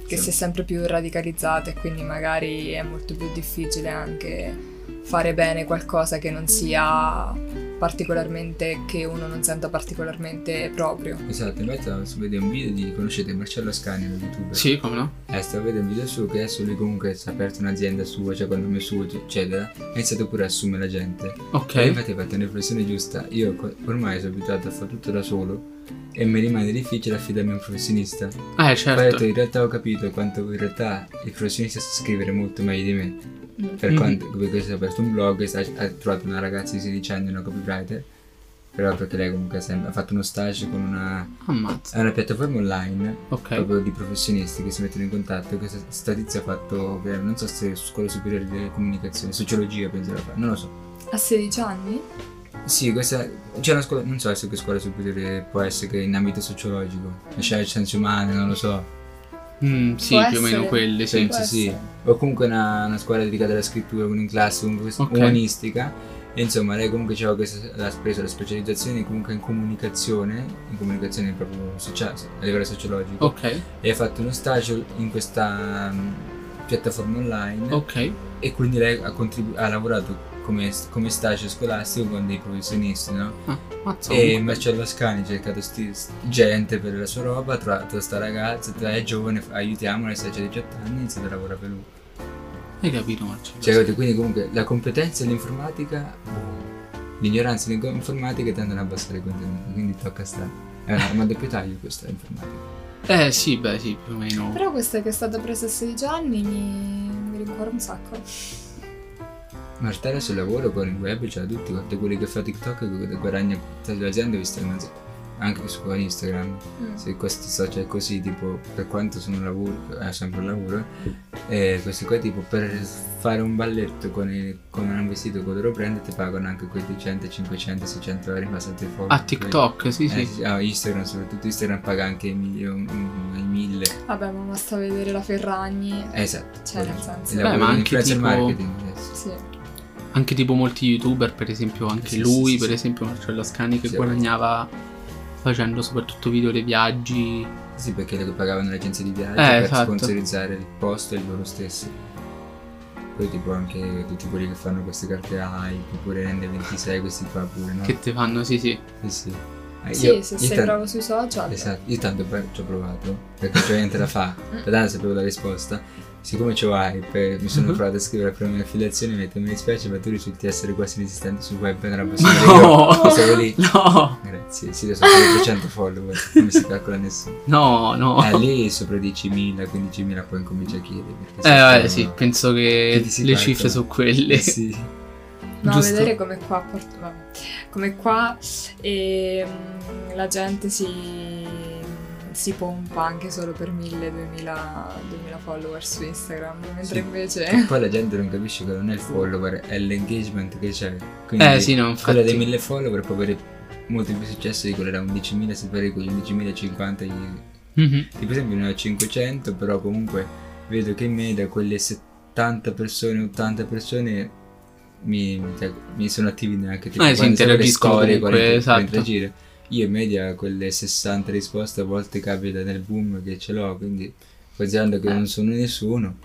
che si è sempre più radicalizzata e quindi magari è molto più difficile anche fare bene qualcosa che non sia particolarmente, che uno non senta particolarmente proprio.
Esatto, infatti stavo su- vedevo un video di conoscete Marcello Scani, lo youtuber.
Sì, come no?
Eh, stavo vedendo un video suo che adesso lui comunque si è aperto un'azienda sua, cioè con il nome suo, eccetera, e ha iniziato pure a assumere la gente.
Ok.
E infatti ha fatto una riflessione giusta, io co- ormai sono abituato a fare tutto da solo e mi rimane difficile affidarmi a un professionista. Poi ha
Eh,
detto,
certo.
in realtà ho capito quanto in realtà il professionista sa scrivere molto meglio di me.
Mm.
Per
Mhm.
quanto, perché si è aperto un blog, e sta- ha trovato una ragazza di 16 anni, una copywriter, però perché lei comunque ha sem- ha fatto uno stage con una,
Ammazza.
è una piattaforma online
Ok.
proprio di professionisti che si mettono in contatto. Questa sta tizia ha fatto, che non so se è scuola superiore di comunicazione, sociologia penso la fa, non lo so.
A 16 anni?
Sì, questa c'è una scuola, non so se che scuola superiore può essere che in ambito sociologico, scienze scienze umane, non lo so.
Mm, sì,
Può
più o meno
essere.
quelle, sì.
Penso
Può
sì.
essere.
O comunque una, una scuola dedicata alla scrittura, con in classe comunque
Ok.
umanistica. E insomma, lei comunque c'era questa, ha preso la specializzazione comunque in comunicazione, in comunicazione proprio sociale, a livello sociologico.
Ok,
e ha fatto uno stage in questa mm, piattaforma online
ok.
e quindi lei ha, contribu- ha lavorato come, come stage scolastico con dei professionisti, no?
Ah, Ammazza.
E Marcello Scani ha cercato sti- gente per la sua roba, ha trovato sta ragazza, tra è giovane, fa- aiutiamola, ha 18 anni, ha iniziato a lavorare per lui.
Hai capito, Marcello?
Cioè, capito? quindi comunque la competenza nell'informatica, l'ignoranza nell'informatica tendono ad abbassare i contenuti, quindi tocca stare. È una ma a doppio taglio questa informatica.
Eh, sì, beh, sì, più o meno.
Però questa che è stata presa a 16 anni mi, mi rincuora un sacco.
Martella sul lavoro con il web, cioè tutti, guarda quelli che fa TikTok e che guadagna tutta l'azienda visto che non si- anche su con Instagram.
Mm.
Se questi social così, tipo, per quanto sono lavoro, è sempre un lavoro, eh, questi qua tipo per fare un balletto con, il- con un vestito che loro prende ti pagano anche quei 200, 500, 600 euro in base al telefono.
A TikTok, sì,
Eh,
sì.
sì, ah, Instagram, soprattutto Instagram paga anche i mille. un- un- i mille.
Vabbè, ma basta vedere la Ferragni.
Eh, Esatto.
Cioè, nel senso-
Il
Beh,
lavoro
ma
di
anche
influencer
tipo-
marketing. eh, adesso.
Sì.
Anche tipo molti youtuber, per esempio, anche
Sì, sì,
lui,
sì,
per
sì.
esempio, Marcello Scani, che
Sì.
guadagnava facendo soprattutto video dei viaggi.
Sì, perché le pagavano le agenzie di viaggio
Eh,
per
esatto.
sponsorizzare il posto e loro stessi. Poi tipo anche tutti quelli che fanno queste carte hype, oppure N26, questi qua pure, no?
Che ti fanno, sì, <laughs> sì.
Sì, sì. Eh,
Sì,
io-
se
io
sei
tan-
bravo sui social.
Esatto, io tanto poi ci ho provato, perché c'è niente
<laughs>
da fa, da tanto sapevo la risposta. Siccome c'ho hype, eh, mi sono
Mhm.
provato a scrivere per la mia affiliazione, mi ha detto, mi dispiace, ma tu risulti essere quasi inesistente sul web, non era possibile.
No!
Io, lo sapevo lì.
No,
Grazie, sì,
<laughs>
adesso sono 300 follower, non mi si calcola nessuno.
no, <laughs> no.
Eh, lì sopra i 10.000, 15.000 poi incomincia a chiedere. perché
Eh, vabbè,
sono-
sì, penso
Chi
che
ti si
le
calcola?
cifre sono quelle.
Sì.
No,
Giusto.
vedere come qua, a Porto- vabbè. come qua ehm, la gente si, si pompa anche solo per 1000-2000 2000 follower su Instagram, mentre
Sì. Che
invece...
poi la gente non capisce che non è il follower, è l'engagement che c'è. Quindi
Eh sì, no,
quella dei
infatti.
1000 follower può avere molto più successo di quella da 11.000 se pari con gli 11.050 gli-
Mhm.
Tipo esempio ne ho 500, però comunque vedo che in media quelle 70 persone, 80 persone mi, cioè, mi sono attivi neanche tipo
Ah, sì,
quando scrivo le
interagiscono
storie,
comunque,
quando
esatto.
interagire. Io in media quelle 60 risposte a volte capita nel boom che ce l'ho, quindi considerando che
Eh.
non sono nessuno.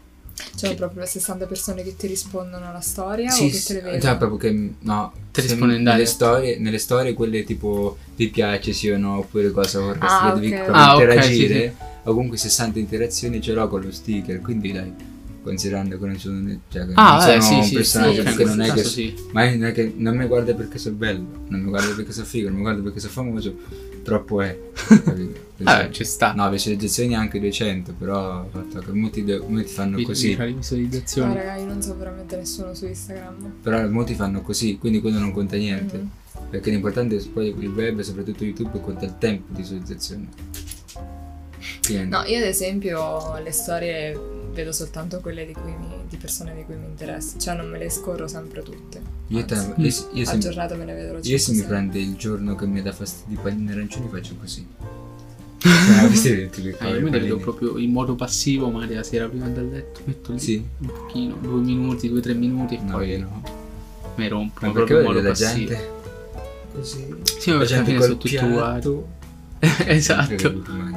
Cioè proprio le 60 persone che ti rispondono alla storia o che te le vedono?
cioè proprio che no,
Te
se-
risponde in
nelle
direct.
storie, nelle storie quelle tipo ti piace sì o no, oppure cosa vorresti
Ah,
devi
ok.
proprio
Ah, ok,
interagire.
sì,
Ho comunque 60 interazioni ce l'ho con lo sticker, quindi dai, considerando che non sono, ne- cioè, che non
Ah, eh,
sono
sì,
un
sì, sì,
personaggio
ok,
perché non è
questo
che
sì.
ma non è che non mi guarda perché sono bello, non mi guarda perché sono figo, non mi guarda perché sono famoso, troppo è.
<laughs>
capito?
Vabbè, Ah, ci sta.
No, visualizzazioni anche 200, però ho fatto che molti, de- molti fanno
Vi-
così.
diciamo, le visualizzazioni.
esatto.
No, raga, io non so veramente nessuno su Instagram.
Però molti fanno così, quindi quello non conta niente.
Mm.
Mhm.
Perché l'importante è poi il web, soprattutto YouTube, conta il tempo di visualizzazione. Fine.
No, io ad esempio le storie vedo soltanto quelle di, cui mi- di persone di cui mi interessa, cioè non me le scorro sempre tutte.
io,
Anzi,
te- io se- io
a
se-
giornata me ne vedrò
io se mi
5-6.
prende il giorno che mi dà fastidio i pallini arancioni faccio
<laughs>
così. Cioè, questi identici
Ah, io me li vedo proprio in modo passivo, magari la sera prima del letto metto lì
Sì.
un pochino, due minuti, due tre minuti e
No,
poi
io no.
mi rompo.
Ma
ma proprio
perché
in
voglio
modo
la
passivo.
gente così?
Sì, ma perché alla fine sono tutti uguali. <laughs> esatto.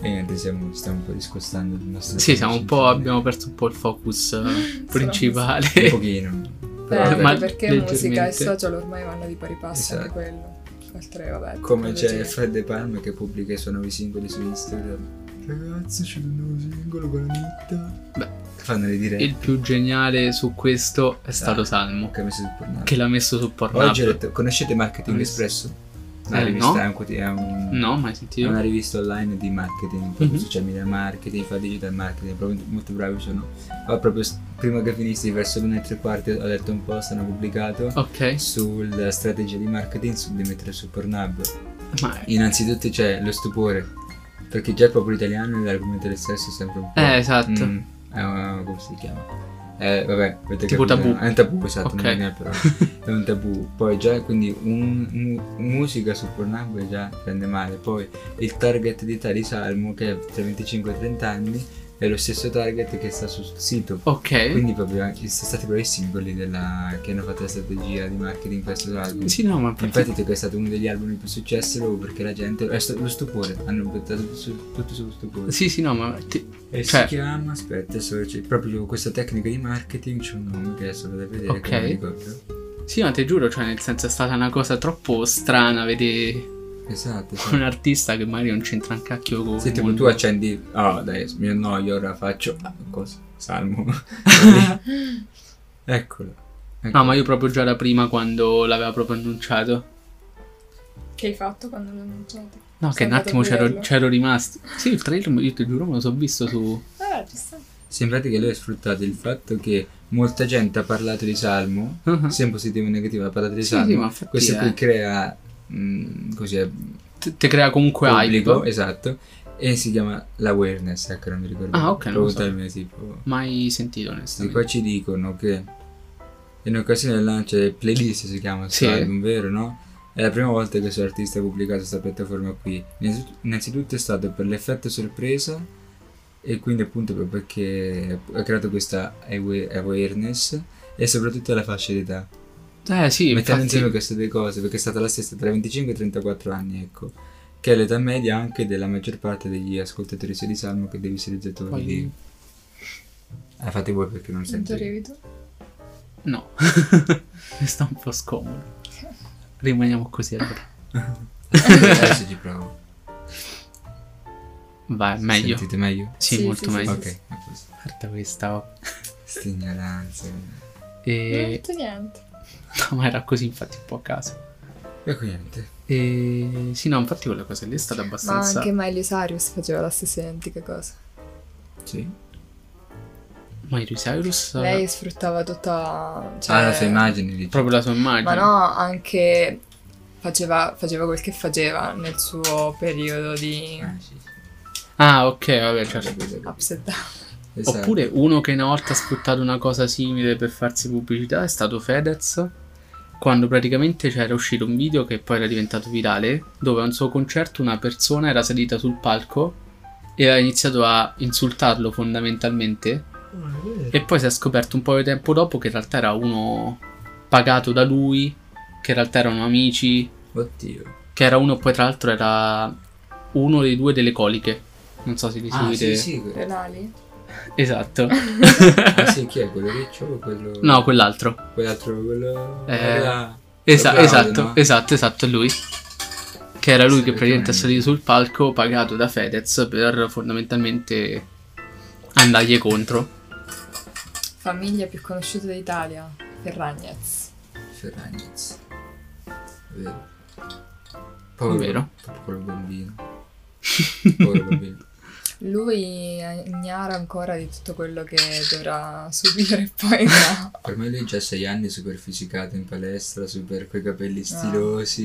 E niente, siamo, stiamo un po' discostando il nostro...
Sì, siamo un po',
concetto.
abbiamo perso un po' il focus eh,
Sulla
principale.
Un pochino.
Beh,
Però,
anche
Eh, ma-
perché musica e
leggermente.
social ormai vanno di pari passo anche
Esatto.
quello. Altre, vabbè,
Come c'è
tecnologie.
Fred De Palma che pubblica i suoi nuovi singoli su Instagram. Ragazzi, c'è un nuovo singolo con Anitta.
Beh.
fanno le dirette.
<laughs> Il più geniale su questo è stato
Ah.
Salmo,
Che ha messo sul pornale.
che l'ha messo su Pornhub.
Oggi ho detto, conoscete Marketing
Mm.
Espresso? Una
Eh,
rivista,
no.
è un quoti- è un-
No, mai
è
sentito.
una rivista online di marketing, proprio
Mhm.
social media marketing, fa digital marketing, proprio molto bravi sono. Ma proprio s- prima che finissi, verso l'una e tre quarti, ho letto un post, hanno pubblicato
Ok,
sulla strategia di marketing su- di mettere su Pornhub.
ma...
Innanzitutto c'è lo stupore, perché già il popolo italiano l'argomento del sesso è sempre un po'...
Eh, esatto.
Mm, è un- come si chiama? Eh, vabbè, avete
Tipo
capito,
tabù.
È un tabù, esatto,
Ok.
non è però. è un tabù. Poi già, quindi, un- mu- musica su Pornhub già prende male. Poi il target di età di Salmo, che è tra 25 e 30 anni, è lo stesso target che sta sul sito.
Ok.
Quindi proprio anche- sono stati proprio i singoli della- che hanno fatto la strategia di marketing questo album.
Sì, no, ma
Infatti
infatti...
dico che è stato uno degli album più successi proprio perché la gente. È stato lo stupore, hanno buttato su- tutto sullo stupore.
Sì, sì, no, ma... ti-
E
Cioè-
si chiama, aspetta, adesso c'è proprio questa tecnica di marketing, c'è un nome che adesso vado a vedere
Ok.
che non mi ricordo.
Sì, ma te giuro, cioè, nel senso è stata una cosa troppo strana vedere
Esatto, sì.
<laughs> un artista che magari non c'entra un cacchio con
Se tipo tu accendi, oh dai, mi annoio, ora faccio ah, cosa?
<laughs>
Salmo. Eccolo. Ecco.
No, ma io proprio già da prima quando l'aveva proprio annunciato.
Che hai fatto quando l'ho annunciato?
No, che un
andato a
attimo c'ero,
vederlo.
c'ero rimasto. Sì, il trailer, io ti giuro, me lo so visto su...
Eh, ci sta.
Sembrate che lui ha sfruttato il fatto che molta gente ha parlato di Salmo,
Mhm.
sia in positivo che in negativo, ha parlato di
Sì,
Salmo.
sì, ma infatti
Questo
è-
qui crea, mm, così, è
Te te crea comunque
pubblico,
hype.
esatto. E si chiama l'awareness, ecco, non mi ricordo.
Ah, ok, non lo
Proprio
so.
termine tipo.
Mai sentito,
Sì, qua
onestamente.
ci dicono che in occasione del lancio del playlist si chiama questo
Sì.
album, vero no? È la prima volta che questo artista ha pubblicato questa piattaforma qui. Innanzitutto- Innanzitutto è stato per l'effetto sorpresa e quindi appunto proprio perché ha creato questa awa- awareness e soprattutto la fascia d'età.
Eh, sì,
Mettendo
infatti...
insieme queste due cose, perché è stata la stessa tra 25 e 34 anni, ecco, che è l'età media anche della maggior parte degli ascoltatori sia di Salmo che dei visualizzatori.
Poi-
di- Ah, fate voi perché non
Non ti
sento. io.
arrivi tu?
No, <laughs> mi sta un po' scomodo. Rimaniamo così allora.
<laughs> Adesso ci provo.
Vai, meglio.
Sentite meglio?
Sì,
Sì,
molto
sì, sì,
meglio.
Ok, a posto.
Guarda questa. oh.
Sti ignoranze.
Non ho
E... <laughs>
detto niente.
No, ma era così, infatti, un po' a caso.
E qui niente.
E... Sì, no, infatti quella cosa lì è stata
Ma
abbastanza...
Ah,
anche Miley Cyrus faceva la stessa identica cosa.
Sì.
Miley Cyrus?
Lei sfruttava tutta... Cioè,
Ah, la sua immagine. dici.
Proprio la sua immagine.
Ma no, anche faceva, faceva quel che faceva nel suo periodo di
Ah, sì, sì.
Ah, ok, vabbè, certo.
ups and down.
Esatto.
Oppure uno che una volta ha sfruttato una cosa simile per farsi pubblicità è stato Fedez, quando praticamente c'era uscito un video che poi era diventato virale, dove a un suo concerto una persona era salita sul palco e aveva iniziato a insultarlo fondamentalmente e poi si è scoperto un po' di tempo dopo che in realtà era uno pagato da lui, che in realtà erano amici,
Oddio.
che era uno poi tra l'altro era uno dei due delle coliche. Non so se li
Ah,
seguite.
sì, sì. quello.
renali.
<laughs>
Esatto.
Ah, sì, chi è quello riccio o quello...
No, quell'altro.
Quell'altro, quello...
Eh,
Ah,
Esa-
Claudio,
esatto,
no?
esatto, esatto, è lui. Che era lui che praticamente è
Assolutamente.
salito sul palco pagato da Fedez per fondamentalmente
<laughs>
andargli contro.
Famiglia più conosciuta d'Italia, Ferragnez.
Ferragnez. Vero. Povero,
Vero.
Povero bambino. <laughs> Povero bambino.
Lui è ignara ancora di tutto quello che dovrà subire <laughs> poi no.
Per me lui già sei anni super fisicato in palestra, super coi capelli stilosi,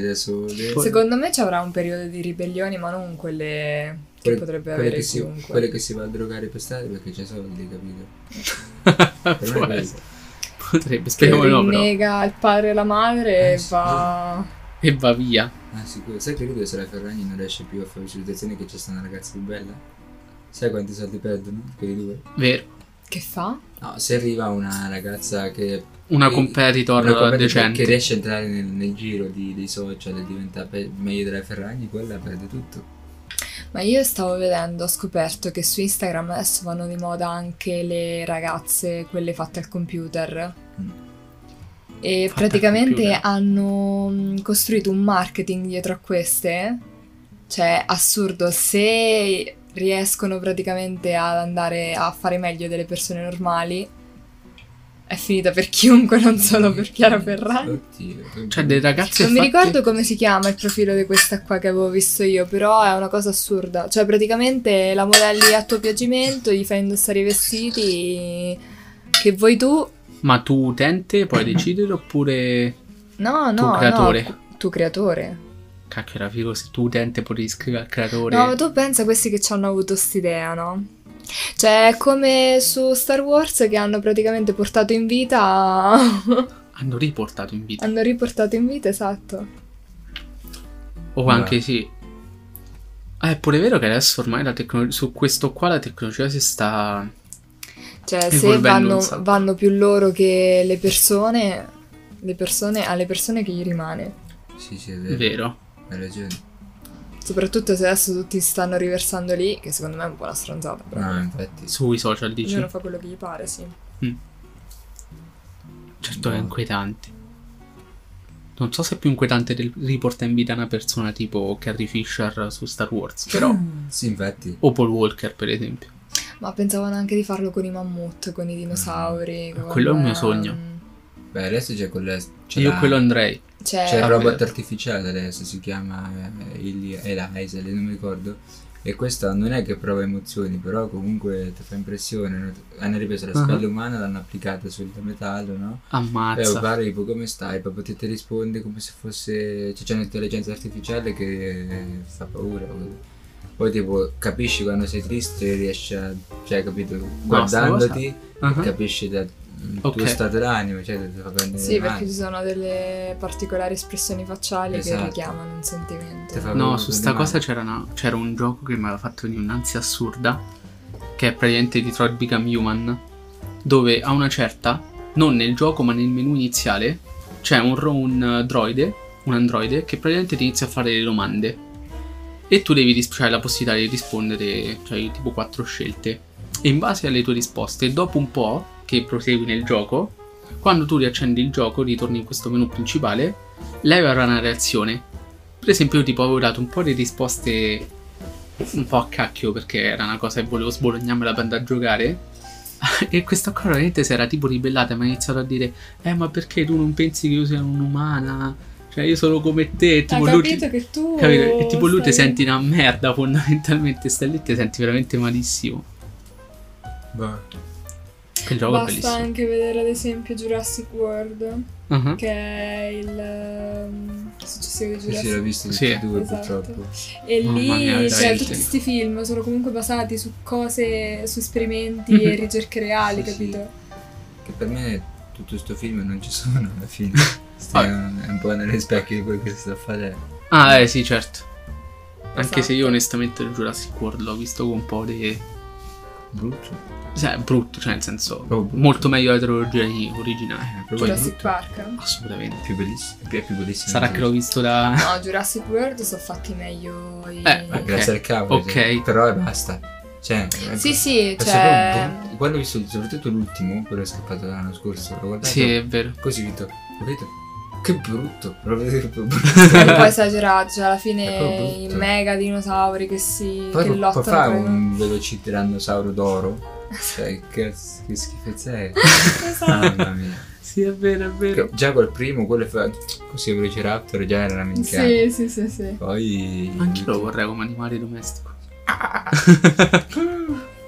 le da sole.
Pot-
Ah. Secondo me ci avrà un periodo di ribellioni, ma non quelle che
Quelle-
potrebbe
quelle
avere
che, si,
chiunque.
quelle che si va a drogare per strada perché c'è soldi, capito?
Può
quello.
essere. Potrebbe,
Che
speriamo di no, però.
rinnega il padre e la madre
Eh,
e
sì.
va...
E va via.
Ah, sicuro. Sai che lui dove sarà Ferragni non riesce più a fare visualizzazioni che c'è sta una ragazza più bella? Sai quanti soldi perdono? Quelli due?
Vero.
Che fa?
No, se arriva una ragazza che
Una
Sì,
competitor
Una compagnia
decente.
Che riesce a entrare nel, nel giro di- dei social e diventa pe- meglio della Ferragni, quella perde tutto.
Ma io stavo vedendo, ho scoperto che su Instagram adesso vanno di moda anche le ragazze, quelle fatte al computer.
Mm.
E
Fatte al
praticamente
computer.
hanno mh, costruito un marketing dietro a queste. Cioè, assurdo, se riescono praticamente ad andare a fare meglio delle persone normali, è finita per chiunque, non solo per Chiara Ferragni.
Mm. Oddio.
Cioè, dei ragazzi
Non mi
fatti-
ricordo come si chiama il profilo di questa qua che avevo visto io, però è una cosa assurda. Cioè, praticamente la modelli a tuo piacimento, gli fai indossare i vestiti che vuoi tu.
Ma tu utente puoi decidere oppure...
No, no,
Tu
no,
creatore.
cu- tu creatore.
Cacchio, era figo se tu utente potevi scrivere al creatore.
No, ma tu pensa a questi che ci hanno avuto st'idea, no? Cioè, è come su Star Wars che hanno praticamente portato in vita. <laughs>
Hanno riportato in vita.
hanno riportato in vita, esatto.
O
Beh.
anche sì. Ah, è pure vero che adesso ormai la tecnologia. Su questo qua la tecnologia si sta.
Cioè,
E
se
volendo
vanno,
un sacco.
vanno più loro che le persone, le persone, alle persone che gli rimane.
Sì, sì, è
È
vero.
vero.
Hai ragione.
Soprattutto se adesso tutti si stanno riversando lì, che secondo me è un po' una stronzata. Però.
No, infatti.
Sui social Ah, dici.
Ognuno fa quello che gli pare, sì.
Certo, è
No.
inquietante. Non so se è più inquietante del riporta in vita una persona tipo Carrie Fisher su Star Wars, però.
Sì, infatti.
o Paul Walker, per esempio.
Ma pensavano anche di farlo con i mammut, con i dinosauri. con-
Ah, Quello è un mio
ehm,
sogno.
Beh, adesso c'è quella... c'è
Io
la-
quello andrei.
Cioè,
C'è il
Ah,
robot
vero.
artificiale adesso, si chiama eh, Eli- Eliza, non mi ricordo. E questa non è che prova emozioni, però comunque ti fa impressione. no? Hanno ripreso la
Ah.
spalla umana, l'hanno applicata sul metallo, no? Eh,
Ammazza.
parli tipo come stai, proprio te ti risponde come se fosse. Cioè, c'è un'intelligenza artificiale che eh, fa paura. Poi tipo capisci quando sei triste, riesci a. Cioè, capito? Guardandoti,
Ah,
capisci da- il tuo
Ok.
stato d'animo, cioè ti fa prendere
sì,
male.
perché ci sono delle particolari espressioni facciali
Esatto.
che richiamano un sentimento.
Te fa-
No,
Avevo
su sta
male.
cosa c'era, una- c'era un gioco che mi aveva fatto venire un'ansia assurda, che è praticamente Detroit Become Human, dove a una certa, non nel gioco ma nel menu iniziale, c'è un, ro- un eh, droide, un androide, che praticamente ti inizia a fare le domande. E tu devi ris- hai la possibilità di rispondere, cioè tipo quattro scelte. E in base alle tue risposte, dopo un po' che prosegui nel gioco, quando tu riaccendi il gioco, ritorni in questo menu principale, lei avrà una reazione. Per esempio, io tipo avevo dato un po' di risposte un po' a cacchio perché era una cosa che volevo sbolognarmela per andare a giocare. <laughs> E questa qua veramente si era tipo ribellata e mi ha iniziato a dire: Eh, ma perché tu non pensi che io sia un'umana? Cioè, io sono come te. e
Hai
Tipo, lui ti-
Eh, capito che tu...
Capito? E tipo lui ti
stai-
senti una merda fondamentalmente, stai lì ti senti veramente malissimo.
Boh.
Il gioco è
Basta
bellissimo.
anche vedere ad esempio Jurassic World,
Ah,
che è il ehm, successivo di
Sì, sì, l'ho
Jurassic
visto
Sì.
tutti e due
Esatto.
purtroppo.
E
Mamma mia,
lì cioè,
veramente.
tutti questi film sono comunque basati su cose, su esperimenti
Mhm.
e ricerche reali,
Mm-hmm. Sì, sì.
capito?
Che per me tutto sto film non ci <laughs> sono alla fine. Stai un, è un po' nelle specchie di quello che si sta facendo.
Ah, eh sì, certo. Anche
Esatto.
se io onestamente il Jurassic World l'ho visto con un po' di...
Brutto.
Cioè, brutto, cioè nel senso...
Proprio brutto.
Molto meglio della trilogia originale.
Eh, proprio
Jurassic
brutto.
Park.
Assolutamente.
Più bellissimo. Più, è più bellissimo.
Sarà che l'ho visto da...
No, Jurassic World sono fatti meglio i...
Eh,
Ma grazie al cavolo.
Ok.
sì. Però e basta. Cioè,
Sì,
ecco.
sì,
Questo è
cioè...
proprio brutto. Quando ho visto, soprattutto l'ultimo, quello che è scappato l'anno scorso, l'ho guardato.
Sì, è vero.
Così, Vito. Ho detto, che brutto. Proprio brutto.
<laughs>
è un po' esagerato, cioè alla
È
fine
proprio
i
brutto.
mega dinosauri che si
Poi
che
può- può
lottano
fare
tra di loro.
un velocirannosauro d'oro? Cioè, che, che schifezza
<laughs>
è? <laughs>
Esatto.
Mamma mia.
Sì, è vero, è vero.
Che- Già col primo, quello fa così velociraptor, già era una minchia.
sì, sì, sì, sì.
Poi...
Anche lo vorrei come animale domestico.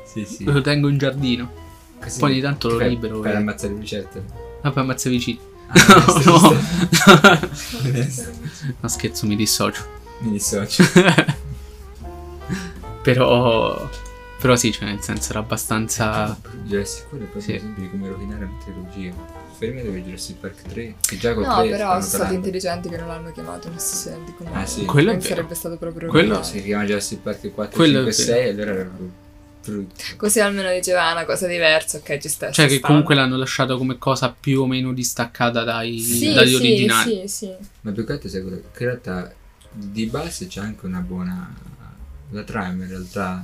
Sì, sì.
Lo tengo in giardino.
Così
Poi ogni tanto lo
fai-
libero,
Fai
eh.
ammazzare lucertole.
Vabbè, ammazza vicino.
Ah,
No,
giusto,
no.
giusto. Adesso.
No, scherzo, mi dissocio.
Mi dissocio.
Però... Però sì, cioè nel senso era abbastanza...
Ah, Jurassic World è proprio
Ah. Sì.
un esempio di come rovinare una trilogia. Fermi dove Jurassic Park 3, che già con
No,
3
però sono
stanno
stati
calando.
intelligenti che non l'hanno chiamato in stesso senso come
Ah, sì.
Quello è
non
vero.
sarebbe stato proprio
Quello
originale.
Si chiama Jurassic Park 4,
Quello
5
è
e
vero.
6, allora era proprio brutto.
Così almeno diceva "Ah, una cosa diversa, ok, ci sta.
Cioè
ci
che
sta".
comunque l'hanno lasciato come cosa più o meno distaccata dai,
Sì,
dagli
sì,
originali.
sì, sì.
Ma più che altro sai quello che in realtà di base c'è anche una buona la trama in realtà.
Mm-hmm.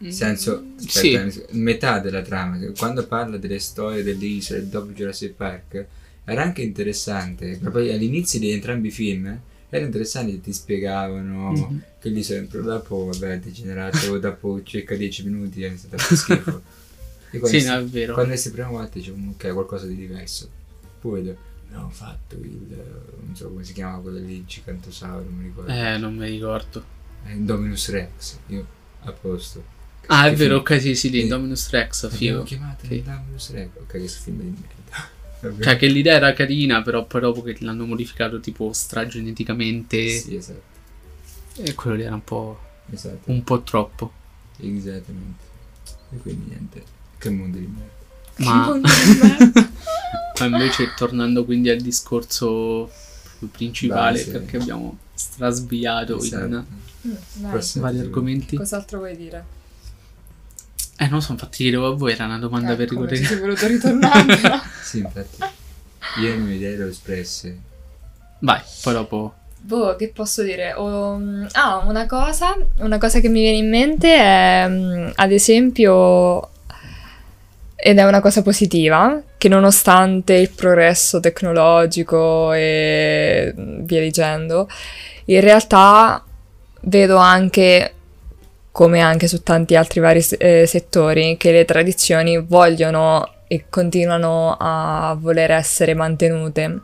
Nel
Mm.
senso, aspetta, eh, metà della trama, quando parla delle storie delle isole dopo Jurassic Park, era anche interessante, proprio all'inizio di entrambi i film, era interessante che ti spiegavano
Mhm.
che l'isola, però dopo vabbè, è degenerato, dopo circa 10 minuti è stato
<laughs>
schifo. E quando
Sì,
si-
no, è vero.
quando è la prima volta dicevo "Mm, ok qualcosa di diverso poi vedo, abbiamo fatto il eh, non so come si chiamava quello lì il gigantosauro non mi ricordo
Eh, non mi ricordo.
Eh, Dominus Rex io a posto
Ah, è
Che film?
vero, ok, sì, sì, lì,
Sì.
Dominus Rex,
l'abbiamo
figo.
chiamato
Sì.
Dominus Rex ok che sto film <laughs> di merda Vabbè.
Cioè che l'idea era carina, però poi dopo che l'hanno modificato tipo strageneticamente,
sì esatto
e quello lì era un po',
esatto
un po' troppo.
esattamente e quindi niente che mondo di merda
Ma,
<laughs>
Che mondo di merda.
ma invece tornando quindi al discorso principale,
Base.
perché abbiamo strasbiato in
Esatto.
Mm, dai.
Prossimo
vari
episodio.
argomenti.
Cos'altro vuoi dire?
Eh, non lo so, infatti chiedevo a voi, era una domanda per
Ecco, ci
ricordare.
sei voluto ritornare. <laughs> però.
sì infatti io le mie idee le ho espresse
Vai, poi dopo.
Boh, che posso dire? Oh, mm, ah, una cosa, una cosa che mi viene in mente è, mm, ad esempio, ed è una cosa positiva, che nonostante il progresso tecnologico e mm, via dicendo, in realtà vedo anche, come anche su tanti altri vari se- eh, settori, che le tradizioni vogliono e continuano a voler essere mantenute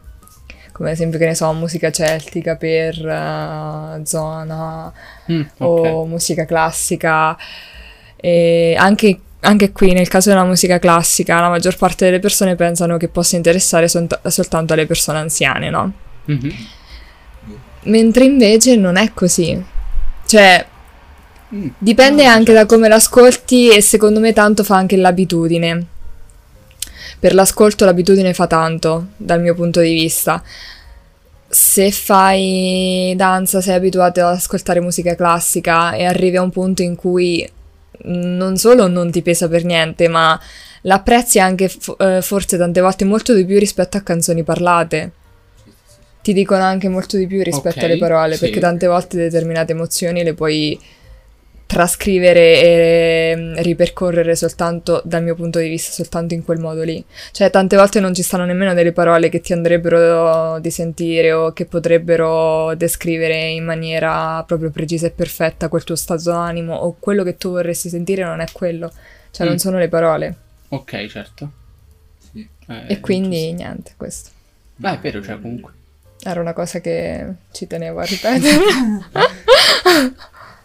come ad esempio che ne so, musica celtica per eh, zona
Mm, ok.
o musica classica. E anche, anche qui nel caso della musica classica la maggior parte delle persone pensano che possa interessare sont- soltanto alle persone anziane, no?
Mhm.
Mentre invece non è così. Cioè,
Mm.
Dipende
No,
anche
certo.
da come l'ascolti e secondo me tanto fa anche l'abitudine. Per l'ascolto l'abitudine fa tanto, dal mio punto di vista. Se fai danza, sei abituato ad ascoltare musica classica e arrivi a un punto in cui non solo non ti pesa per niente, ma l'apprezzi anche fo- eh, forse tante volte molto di più rispetto a canzoni parlate. Ti dicono anche molto di più rispetto
Ok,
alle parole,
sì.
perché tante volte determinate emozioni le puoi trascrivere e mm, ripercorrere soltanto dal mio punto di vista, soltanto in quel modo lì. Cioè, tante volte non ci stanno nemmeno delle parole che ti andrebbero di sentire o che potrebbero descrivere in maniera proprio precisa e perfetta quel tuo stato d'animo o quello che tu vorresti sentire non è quello. Cioè,
Mm.
non sono le parole.
Ok, certo.
sì.
Eh,
e quindi niente, questo.
Beh, è vero, cioè comunque.
Era una cosa che ci tenevo
<laughs>
a ripetere.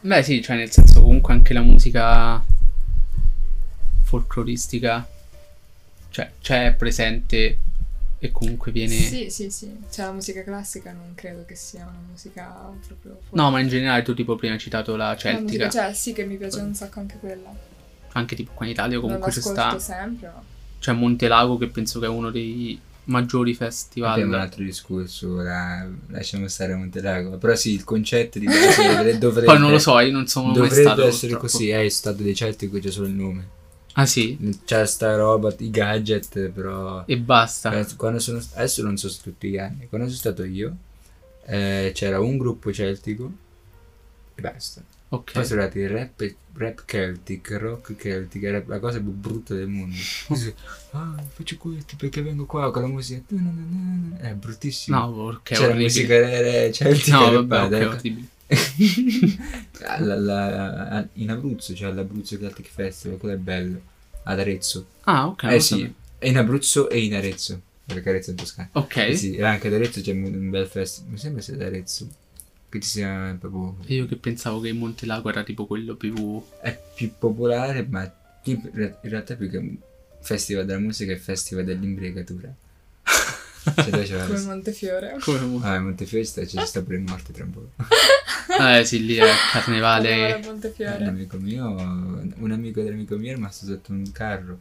Beh, sì, cioè nel senso comunque anche la musica folcloristica Cioè, c'è presente e comunque viene...
Sì, sì, sì. Cioè, la musica classica non credo che sia una musica proprio... forte.
No, ma in generale tu tipo prima hai citato la
La musica-
celtica,
cioè, sì, che mi piace un sacco anche quella.
anche tipo qua in Italia
Non
comunque c'è sta...
l'ascolto sempre, ma...
C'è Montelago che penso che è uno dei maggiori
Vabbè, un
festival.
altro discorso, la- lasciamo stare Montelago. Però sì, il concetto di base dovre- dovrebbe,
Poi non lo so, io non sono mai
dovrebbe
stato...
essere
purtroppo.
così. Eh, È stato dei Celti qui c'è solo il nome.
Ah sì?
C'è sta roba, i gadget, però...
E basta.
Eh, quando sono- adesso non so se tutti gli anni, quando sono stato io eh, c'era un gruppo celtico e basta. Poi
Ok.
sono arrivati il rap, e- rap celtic, rock celtic, era la cosa più brutta del <laughs> mondo. Dice, ah, faccio questo perché vengo qua con la musica. tu, na, na, na, na". È bruttissimo.
No, ok,
c'era musica
orribile.
era celtica
No,
era
vabbè,
padre. <laughs>
ok, orribile.
Alla- alla- a- in Abruzzo c'è l'Abruzzo Celtic Festival, quello è bello. Ad Arezzo.
Ah, ok.
eh
lo
sì,
sapevo.
è in Abruzzo e in Arezzo, perché Arezzo è in Toscana.
Ok.
Eh sì, e anche ad Arezzo c'è un bel festival. Mi sembra sia ad Arezzo. Che ci sia proprio.
E Io che pensavo che Montelago era tipo quello più...
È più popolare, ma tipo- in realtà più che un festival della musica è il festival dell'imbregatura. cioè, dove c'è
Eh, <laughs>
la
Come Montefiore.
Come Mon-
Ah, in Montefiesta ci sta pure il morte tra un po'.
Eh sì, lì è
Come
carnevale.
<laughs> Un
Montefiore.
amico mio, un amico dell'amico mio è rimasto sotto un carro.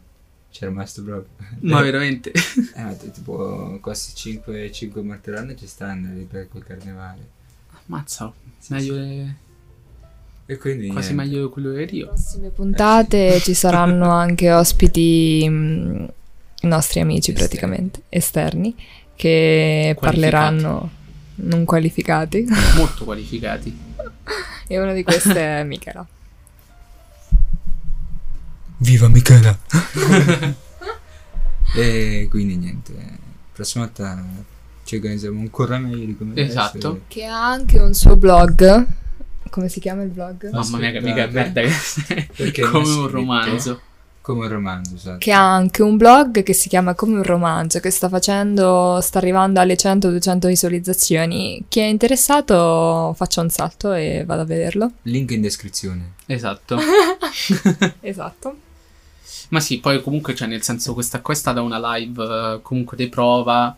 C'è rimasto proprio.
Ma veramente.
Eh, ma t- tipo quasi 5, 5 morti l'anno ci stanno lì per quel carnevale.
Ammazza.
Sì,
Meglio
sì.
è-
E quindi.
Quasi
niente.
meglio quello di
<laughs>
Rio.
prossime puntate ci saranno anche ospiti, mh, i nostri amici
Esterni.
praticamente, esterni, che
Qualificati.
parleranno non qualificati. <laughs>
Molto qualificati.
e una di queste è Michela.
Viva Michela! e quindi niente, prossima volta ci organizziamo ancora meglio di come deve
Esatto.
essere.
Che ha anche un suo blog. Come si chiama il blog?
Mamma mia, che
Aspetta,
mica
eh.
merda che sei.
Perché non
Come
è
un
scritto?
romanzo.
Come un romanzo, esatto.
Che ha anche un blog che si chiama Come un romanzo, che sta facendo, sta arrivando alle 100-200 visualizzazioni. Chi è interessato faccia un salto e vada a vederlo.
Link in descrizione.
Esatto.
Esatto.
Ma sì, poi comunque, cioè, nel senso, questa qua è stata una live eh, comunque di prova.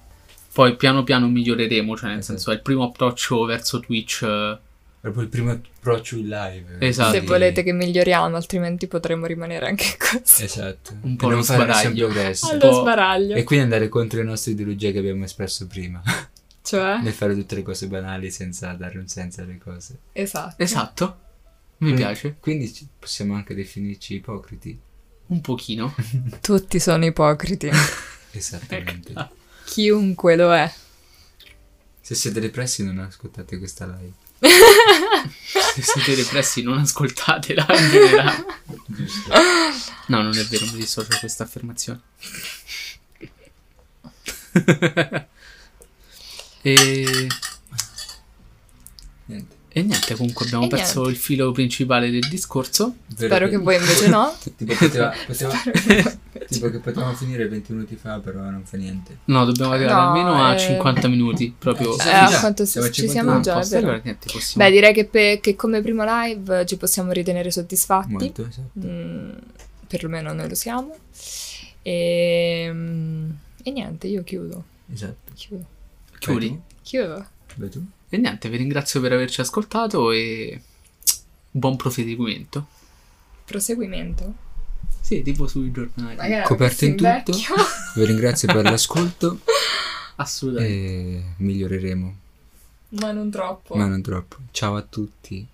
Poi piano piano miglioreremo, cioè, nel
Esatto.
senso, è il primo approccio verso Twitch. eh,
Proprio il primo approccio in live.
Esatto.
Se
quindi-
volete che miglioriamo, altrimenti potremmo rimanere anche così.
Esatto.
Un po'
E non
lo
fare
sbaraglio.
sempre progressi.
un
Allo
po'-
sbaraglio.
E quindi andare contro le nostre ideologie che abbiamo espresso prima. <laughs>
Cioè,
Nel fare tutte le cose banali senza dare un senso alle cose.
esatto.
Esatto. Mi
Mm.
piace.
Quindi ci- possiamo anche definirci ipocriti. <laughs>
Un pochino.
Tutti sono ipocriti.
Esattamente.
Ecco.
Chiunque lo è.
Se siete depressi non ascoltate questa
<laughs>
live.
Se siete depressi, non ascoltatela in generale. No, non è vero, mi dissocio da questa affermazione. <laughs> e,
Niente.
e niente, comunque abbiamo
E
perso
niente.
il filo principale del discorso.
Spero che voi invece
<laughs>
no.
Tipo, poteva, poteva- <laughs> tipo che potevamo finire 20 minuti fa, però non fa niente.
No, dobbiamo arrivare
No,
almeno a
eh.
50 minuti. Proprio.
Eh,
Eh,
ci
a
già,
quanto
siamo a
ci siamo
51.
già, è
posto,
vero.
allora niente, possiamo.
Beh, direi che, pe- che come primo live ci possiamo ritenere soddisfatti.
Molto, esatto.
Mm, perlomeno noi lo siamo. E, mm, e niente, io chiudo.
Esatto.
Chiudo.
Chiudi.
Chiudo.
Vai tu.
E niente, vi ringrazio per averci ascoltato e buon proseguimento.
Proseguimento.
Sì, tipo sui giornali.
Magari
Coperto in
questo
tutto.
invecchio.
<laughs>
Vi ringrazio per l'ascolto
Assolutamente.
e miglioreremo,
Ma non troppo.
ma non troppo. Ciao a tutti.